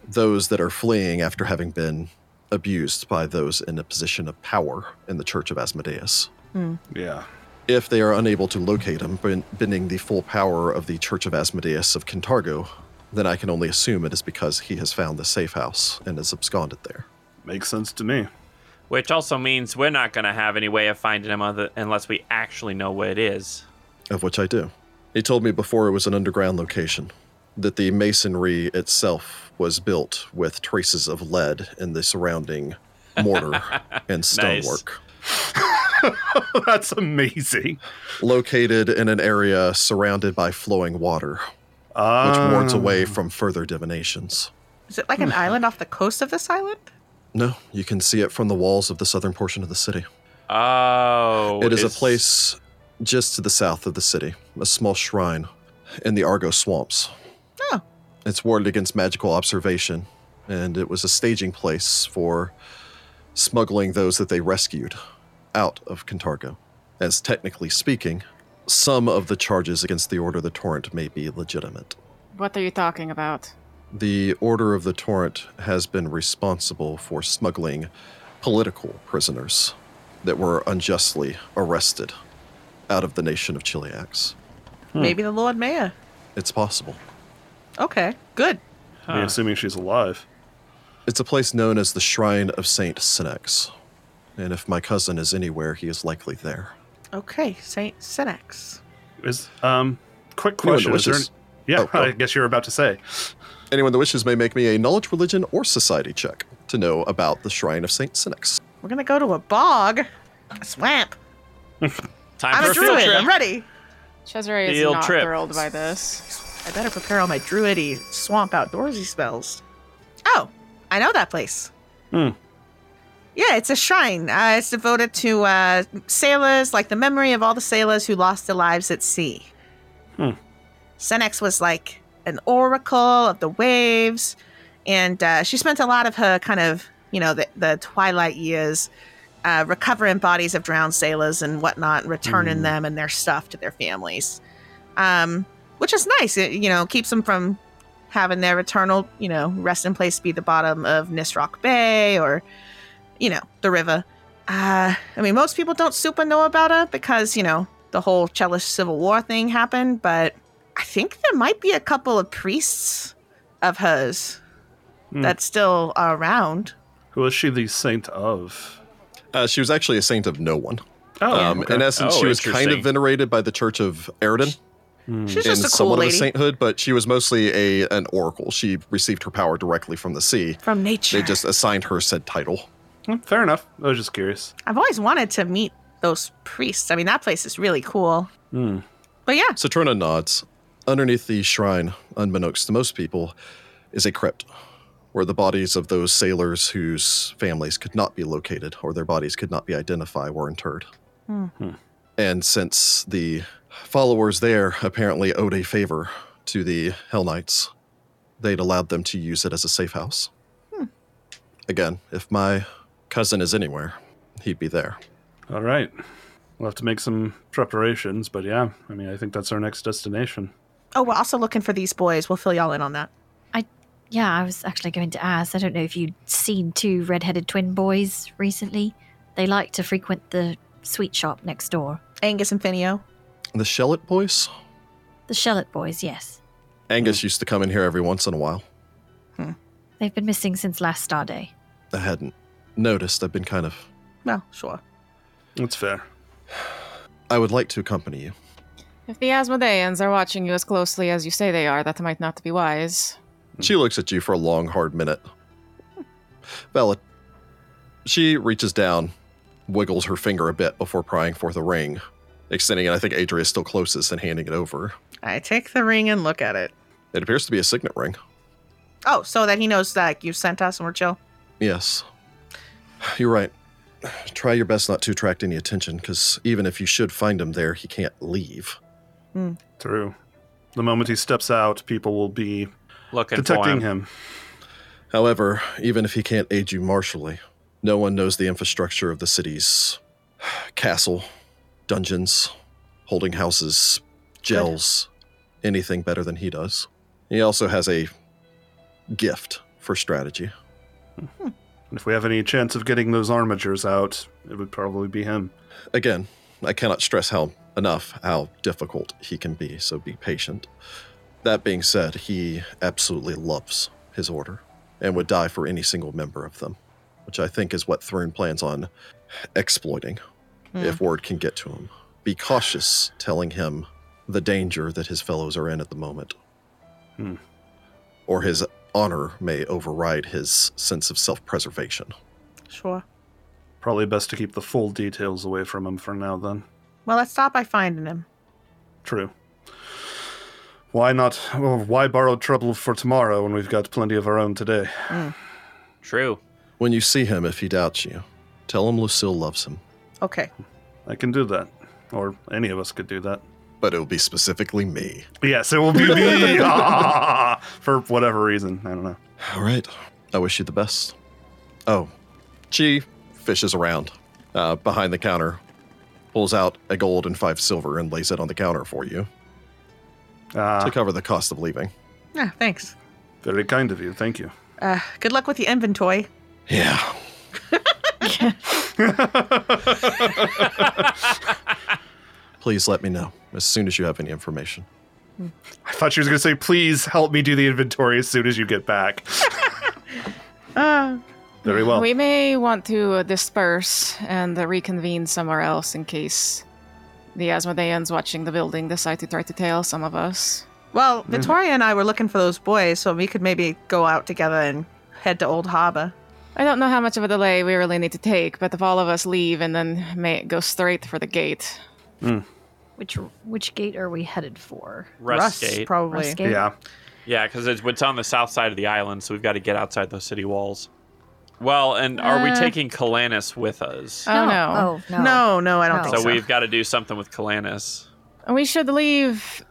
[SPEAKER 1] those that are fleeing after having been abused by those in a position of power in the Church of Asmodeus.
[SPEAKER 5] Yeah.
[SPEAKER 1] If they are unable to locate him, ben- bending the full power of the Church of Asmodeus of Cantargo, then I can only assume it is because he has found the safe house and has absconded there.
[SPEAKER 5] Makes sense to me.
[SPEAKER 4] Which also means we're not going to have any way of finding him other, unless we actually know where it is.
[SPEAKER 1] of which I do. He told me before it was an underground location, that the masonry itself was built with traces of lead in the surrounding mortar and stonework.
[SPEAKER 5] That's amazing.
[SPEAKER 1] Located in an area surrounded by flowing water, which
[SPEAKER 5] Uh,
[SPEAKER 1] wards away from further divinations.
[SPEAKER 2] Is it like
[SPEAKER 1] Hmm.
[SPEAKER 2] an island off the coast of this island?
[SPEAKER 1] No, you can see it from the walls of the southern portion of the city.
[SPEAKER 4] Oh.
[SPEAKER 1] it is a
[SPEAKER 4] it's-
[SPEAKER 1] place just to the south of the city, a small shrine in the Argo swamps.
[SPEAKER 2] Oh.
[SPEAKER 1] It's warded against magical observation, and it was a staging place for smuggling those that they rescued out of Cantargo. As technically speaking, some of the charges against the Order of the Torrent may be legitimate.
[SPEAKER 3] What are you talking about?
[SPEAKER 1] The Order of the Torrent has been responsible for smuggling political prisoners that were unjustly arrested out of the nation of Chiliax. Hmm.
[SPEAKER 2] Maybe the Lord Mayor.
[SPEAKER 1] It's possible.
[SPEAKER 2] Okay, good.
[SPEAKER 5] I mean, assuming she's alive.
[SPEAKER 1] It's a place known as the Shrine of Saint Senex, and if my cousin is anywhere, he is likely there.
[SPEAKER 2] Okay, Saint Senex.
[SPEAKER 5] Is um, quick
[SPEAKER 1] You and the
[SPEAKER 5] question. Is there
[SPEAKER 1] witches.
[SPEAKER 5] any- yeah,
[SPEAKER 1] Oh, go.
[SPEAKER 5] I guess you're about to say.
[SPEAKER 1] Anyone that wishes may make me a knowledge, religion, or society check to know about the Shrine of Saint Senex.
[SPEAKER 2] We're gonna go to a bog, a swamp.
[SPEAKER 4] Time
[SPEAKER 2] I'm
[SPEAKER 4] for
[SPEAKER 2] a druid.
[SPEAKER 4] trip.
[SPEAKER 2] I'm ready.
[SPEAKER 3] Cesare is
[SPEAKER 4] Field
[SPEAKER 3] not
[SPEAKER 4] trip.
[SPEAKER 3] thrilled by this.
[SPEAKER 2] I better prepare all my druidy swamp outdoorsy spells. Oh, I know that place.
[SPEAKER 5] Hmm.
[SPEAKER 2] Yeah, it's a shrine. Uh, it's devoted to uh, sailors, like the memory of all the sailors who lost their lives at sea.
[SPEAKER 5] Hmm.
[SPEAKER 2] Senex was like an oracle of the waves, and uh, she spent a lot of her kind of, you know, the, the twilight years uh, recovering bodies of drowned sailors and whatnot, returning
[SPEAKER 5] Hmm.
[SPEAKER 2] them and their stuff to their families. Um, which is nice. It, you know, keeps them from having their eternal, you know, rest in place be the bottom of Nisrock Bay or, you know, the river. Uh, I mean, most people don't super know about her because, you know, the whole Chelish Civil War thing happened, but I think there might be a couple of priests of hers
[SPEAKER 1] Hmm.
[SPEAKER 2] that's still around.
[SPEAKER 5] Who is she the saint of?
[SPEAKER 1] Uh, she was actually a saint of no one.
[SPEAKER 5] Oh,
[SPEAKER 1] Um,
[SPEAKER 5] okay.
[SPEAKER 1] In essence,
[SPEAKER 4] Oh,
[SPEAKER 1] she was kind of
[SPEAKER 4] interesting.
[SPEAKER 1] venerated by the Church of Eridan
[SPEAKER 2] She's
[SPEAKER 1] in
[SPEAKER 2] just a cool
[SPEAKER 1] somewhat
[SPEAKER 2] lady
[SPEAKER 1] Hmm. of a sainthood, but she was mostly a an oracle. She received her power directly from the sea.
[SPEAKER 2] from nature.
[SPEAKER 1] They just assigned her said title.
[SPEAKER 5] Hmm, fair enough. I was just curious.
[SPEAKER 2] I've always wanted to meet those priests. I mean, that place is really cool.
[SPEAKER 1] Hmm.
[SPEAKER 2] But yeah,
[SPEAKER 1] Saturna nods. Underneath the shrine, unbeknownst to most people, is a crypt where the bodies of those sailors whose families could not be located or their bodies could not be identified were interred. And since the followers there apparently owed a favor to the Hell Knights, they'd allowed them to use it as a safe house. Again, if my cousin is anywhere, he'd be there.
[SPEAKER 5] All right. We'll have to make some preparations, but yeah, I mean, I think that's our next destination.
[SPEAKER 2] oh, we're also looking for these boys. We'll fill y'all in on that.
[SPEAKER 6] I, yeah, I was actually going to ask. I don't know if you'd seen two redheaded twin boys recently. They like to frequent the sweet shop next door.
[SPEAKER 2] Angus and Finio.
[SPEAKER 1] The Shellit boys?
[SPEAKER 6] The Shellet boys, yes.
[SPEAKER 1] Angus used to come in here every once in a while.
[SPEAKER 6] They've been missing since last Star Day.
[SPEAKER 1] I hadn't noticed. I've been kind of.
[SPEAKER 2] Well, sure.
[SPEAKER 5] That's fair.
[SPEAKER 1] I would like to accompany you.
[SPEAKER 3] If the Asmodeans are watching you as closely as you say they are, that might not be wise.
[SPEAKER 1] She looks at you for a long, hard minute. Valid. She reaches down, wiggles her finger a bit before prying forth a ring, extending it. I think Adria is still closest and handing it over.
[SPEAKER 2] I take the ring and look at it.
[SPEAKER 1] It appears to be a signet ring.
[SPEAKER 2] Oh, so that he knows that you sent us and we're chill.
[SPEAKER 1] Yes. You're right. Try your best not to attract any attention, because even if you should find him there, he can't leave.
[SPEAKER 5] True. The moment he steps out, people will be
[SPEAKER 4] Looking for
[SPEAKER 5] detecting
[SPEAKER 4] him.
[SPEAKER 5] him.
[SPEAKER 1] However, even if he can't aid you martially, no one knows the infrastructure of the city's castle, dungeons, holding houses, gels, anything better than he does. He also has a gift for strategy.
[SPEAKER 5] And if we have any chance of getting those armatures out, it would probably be him.
[SPEAKER 1] Again, I cannot stress how enough how difficult he can be, so be patient. That being said, he absolutely loves his order and would die for any single member of them, which I think is what Thrun plans on exploiting if word can get to him. Be cautious telling him the danger that his fellows are in at the moment.
[SPEAKER 5] Hmm.
[SPEAKER 1] Or his honor may override his sense of self preservation.
[SPEAKER 2] Sure.
[SPEAKER 5] Probably best to keep the full details away from him for now, then.
[SPEAKER 2] Well, let's stop by finding him.
[SPEAKER 5] True. Why not? Well, why borrow trouble for tomorrow when we've got plenty of our own today?
[SPEAKER 4] True.
[SPEAKER 1] When you see him, if he doubts you, tell him Lucille loves him.
[SPEAKER 2] Okay.
[SPEAKER 5] I can do that. Or any of us could do that.
[SPEAKER 1] But it'll be specifically me.
[SPEAKER 5] Yes, it will be me! Ah! for whatever reason. I don't know.
[SPEAKER 1] All right. I wish you the best. Oh, she fishes around uh, behind the counter, pulls out a gold and five silver, and lays it on the counter for you
[SPEAKER 5] Ah,
[SPEAKER 1] to cover the cost of leaving.
[SPEAKER 2] Yeah, Ah, thanks.
[SPEAKER 5] very kind of you. Thank you.
[SPEAKER 2] Uh, good luck with the inventory.
[SPEAKER 1] Yeah. Please let me know as soon as you have any information.
[SPEAKER 5] I thought she was going to say, please help me do the inventory as soon as you get back.
[SPEAKER 2] Uh,
[SPEAKER 5] Very well.
[SPEAKER 3] We may want to uh, disperse and uh, reconvene somewhere else in case the Asmodeans watching the building decide to try to tail some of us.
[SPEAKER 2] well,
[SPEAKER 4] Mm-hmm.
[SPEAKER 2] Victoria and I were looking for those boys, so we could maybe go out together and head to Old Harbor.
[SPEAKER 3] I don't know how much of a delay we really need to take, but if all of us leave and then may go straight for the gate,
[SPEAKER 6] Which which gate are we headed for?
[SPEAKER 4] Rust, Gate.
[SPEAKER 2] probably.
[SPEAKER 6] Rust gate?
[SPEAKER 5] Yeah.
[SPEAKER 4] Yeah, because it's, it's on the south side of the island, so we've got to get outside those city walls. Well, and are we
[SPEAKER 6] Uh.
[SPEAKER 4] taking Kalanis with us?
[SPEAKER 3] Oh, no.
[SPEAKER 6] Oh no.
[SPEAKER 2] No, no, I don't
[SPEAKER 6] No.
[SPEAKER 2] think
[SPEAKER 4] so,
[SPEAKER 2] so.
[SPEAKER 4] we've got to do something with Kalanis.
[SPEAKER 3] we should leave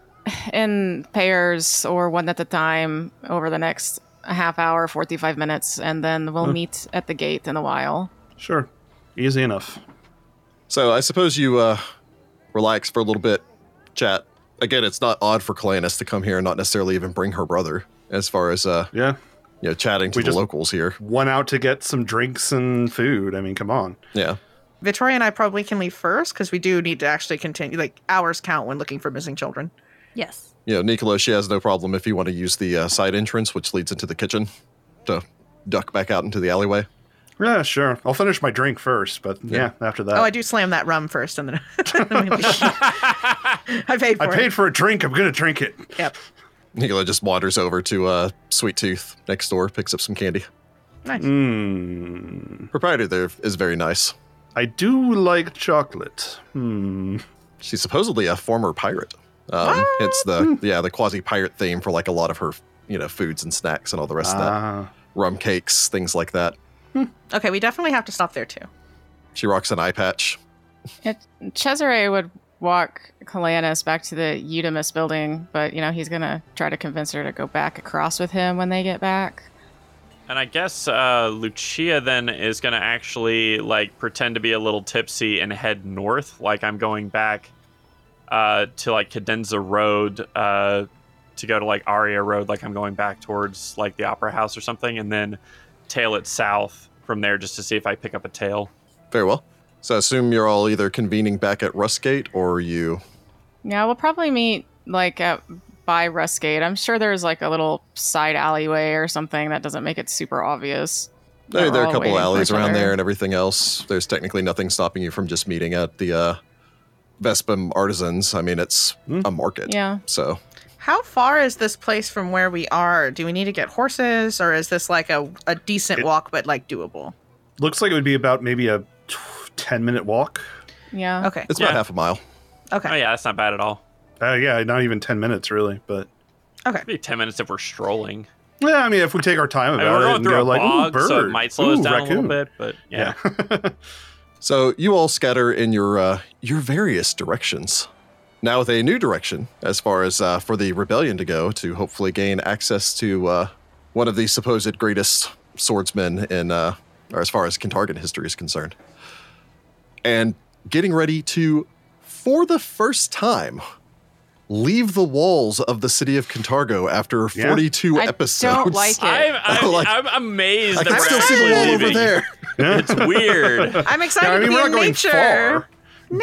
[SPEAKER 3] in pairs or one at a time over the next half hour, 45 minutes, and then we'll meet at the gate in a while.
[SPEAKER 5] Sure. Easy enough.
[SPEAKER 1] So I suppose you uh, relax for a little bit, chat. Again, it's not odd for Kalanus to come here and not necessarily even bring her brother as far as uh,
[SPEAKER 5] Yeah.
[SPEAKER 1] you know, chatting to
[SPEAKER 5] We
[SPEAKER 1] the
[SPEAKER 5] just-
[SPEAKER 1] locals here.
[SPEAKER 5] One out to get some drinks and food. I mean, come on.
[SPEAKER 1] Yeah.
[SPEAKER 2] Victoria and I probably can leave first because we do need to actually continue. Like hours count when looking for missing children.
[SPEAKER 6] Yes.
[SPEAKER 1] You know, Nicola, she has no problem if you want to use the uh, side entrance, which leads into the kitchen, to duck back out into the alleyway.
[SPEAKER 5] Yeah, sure. I'll finish my drink first, but yeah, after that.
[SPEAKER 2] Oh, I do slam that rum first, and then I paid for
[SPEAKER 5] I
[SPEAKER 2] it.
[SPEAKER 5] paid for a drink. I'm gonna drink it.
[SPEAKER 2] Yep.
[SPEAKER 1] Nicola just wanders over to uh, Sweet Tooth next door, picks up some candy.
[SPEAKER 2] Nice.
[SPEAKER 5] Mm. Hmm.
[SPEAKER 1] Proprietor there is very nice.
[SPEAKER 5] I do like chocolate. Hmm.
[SPEAKER 1] She's supposedly a former pirate. Um, it's the
[SPEAKER 5] Hmm.
[SPEAKER 1] yeah the quasi pirate theme for like a lot of her you know foods and snacks and all the rest of that
[SPEAKER 5] Ah.
[SPEAKER 1] rum cakes things like that.
[SPEAKER 2] Okay, we definitely have to stop there too.
[SPEAKER 1] She rocks an eye patch.
[SPEAKER 3] Cesare would walk Calanus back to the Eudemus building, but you know he's gonna try to convince her to go back across with him when they get back.
[SPEAKER 4] And I guess uh, Lucia then is going to actually like pretend to be a little tipsy and head north. Like I'm going back uh, to like Cadenza Road uh, to go to like Aria Road. Like I'm going back towards like the Opera House or something, and then tail it south from there just to see if I pick up a tail.
[SPEAKER 1] Very well. So I assume you're all either convening back at Rustgate or you
[SPEAKER 3] Yeah, we'll probably meet like at by Rustgate. I'm sure there's like a little side alleyway or something that doesn't make it super obvious.
[SPEAKER 1] There, there
[SPEAKER 3] that we're
[SPEAKER 1] are a
[SPEAKER 3] all
[SPEAKER 1] couple
[SPEAKER 3] waiting for
[SPEAKER 1] alleys
[SPEAKER 3] each
[SPEAKER 1] around
[SPEAKER 3] other.
[SPEAKER 1] there and everything else. There's technically nothing stopping you from just meeting at the uh, Vespam Artisans. I mean, it's
[SPEAKER 5] Hmm.
[SPEAKER 1] a market.
[SPEAKER 3] Yeah.
[SPEAKER 1] So
[SPEAKER 2] How far is this place from where we are? Do we need to get horses, or is this like a, a decent
[SPEAKER 5] It-
[SPEAKER 2] walk but like doable?
[SPEAKER 5] Looks like it would be about maybe a t- ten minute walk.
[SPEAKER 3] Yeah.
[SPEAKER 2] Okay,
[SPEAKER 1] it's
[SPEAKER 4] Yeah.
[SPEAKER 1] about half a mile.
[SPEAKER 2] okay,
[SPEAKER 4] Oh yeah, that's not bad at all.
[SPEAKER 5] Uh, yeah, not even ten minutes really, but
[SPEAKER 4] Maybe ten minutes if we're strolling.
[SPEAKER 5] yeah, I mean, if we take our time
[SPEAKER 4] I mean, we're
[SPEAKER 5] about it
[SPEAKER 4] going
[SPEAKER 5] and
[SPEAKER 4] through
[SPEAKER 5] go
[SPEAKER 4] a
[SPEAKER 5] like,
[SPEAKER 4] bog,
[SPEAKER 5] ooh, bird,
[SPEAKER 4] so it might slow us
[SPEAKER 5] Ooh,
[SPEAKER 4] down a
[SPEAKER 5] raccoon."
[SPEAKER 4] little bit. But yeah.
[SPEAKER 1] So you all scatter in your uh, your various directions. Now with a new direction, as far as uh, for the rebellion to go, to hopefully gain access to uh, one of the supposed greatest swordsmen in, uh, or as far as Kintargan history is concerned, and getting ready to, for the first time, leave the walls of the city of Kintargo after
[SPEAKER 5] Yeah.
[SPEAKER 1] 42
[SPEAKER 3] I
[SPEAKER 1] episodes.
[SPEAKER 3] don't like it.
[SPEAKER 4] I'm, I'm,
[SPEAKER 1] Like-
[SPEAKER 4] I'm amazed.
[SPEAKER 1] I
[SPEAKER 4] that
[SPEAKER 1] can
[SPEAKER 4] we're
[SPEAKER 1] still see the
[SPEAKER 4] actually
[SPEAKER 1] wall over
[SPEAKER 4] leaving.
[SPEAKER 1] there.
[SPEAKER 4] It's weird.
[SPEAKER 2] I'm excited
[SPEAKER 5] Yeah, I
[SPEAKER 2] to
[SPEAKER 5] mean,
[SPEAKER 2] be
[SPEAKER 5] we're not
[SPEAKER 2] in
[SPEAKER 5] going
[SPEAKER 2] nature.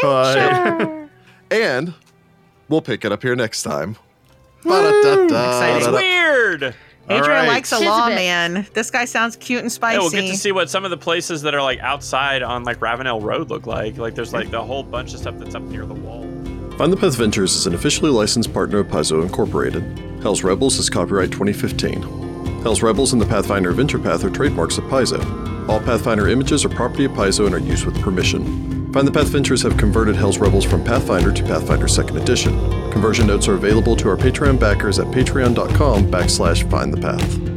[SPEAKER 5] far, but
[SPEAKER 1] And we'll pick it up here next time.
[SPEAKER 2] Exciting.
[SPEAKER 1] Ba-da-da-da-da-da.
[SPEAKER 4] It's weird.
[SPEAKER 2] Adrian
[SPEAKER 5] All right.
[SPEAKER 2] likes a
[SPEAKER 6] She's a bit-
[SPEAKER 2] lawman. This guy sounds cute and spicy.
[SPEAKER 4] Yeah, we'll get to see what some of the places that are like outside on like Ravenel Road look like. Like there's like the whole bunch of stuff that's up near the wall.
[SPEAKER 1] Find the Path Ventures is an officially licensed partner of Paizo Incorporated. Hell's Rebels is copyright 2015. Hell's Rebels and the Pathfinder Adventure Path are trademarks of Paizo. All Pathfinder images are property of Paizo and are used with permission. Find the Path Ventures have converted Hell's Rebels from Pathfinder to Pathfinder 2nd Edition. Conversion notes are available to our Patreon backers at patreon.com backslash find the path.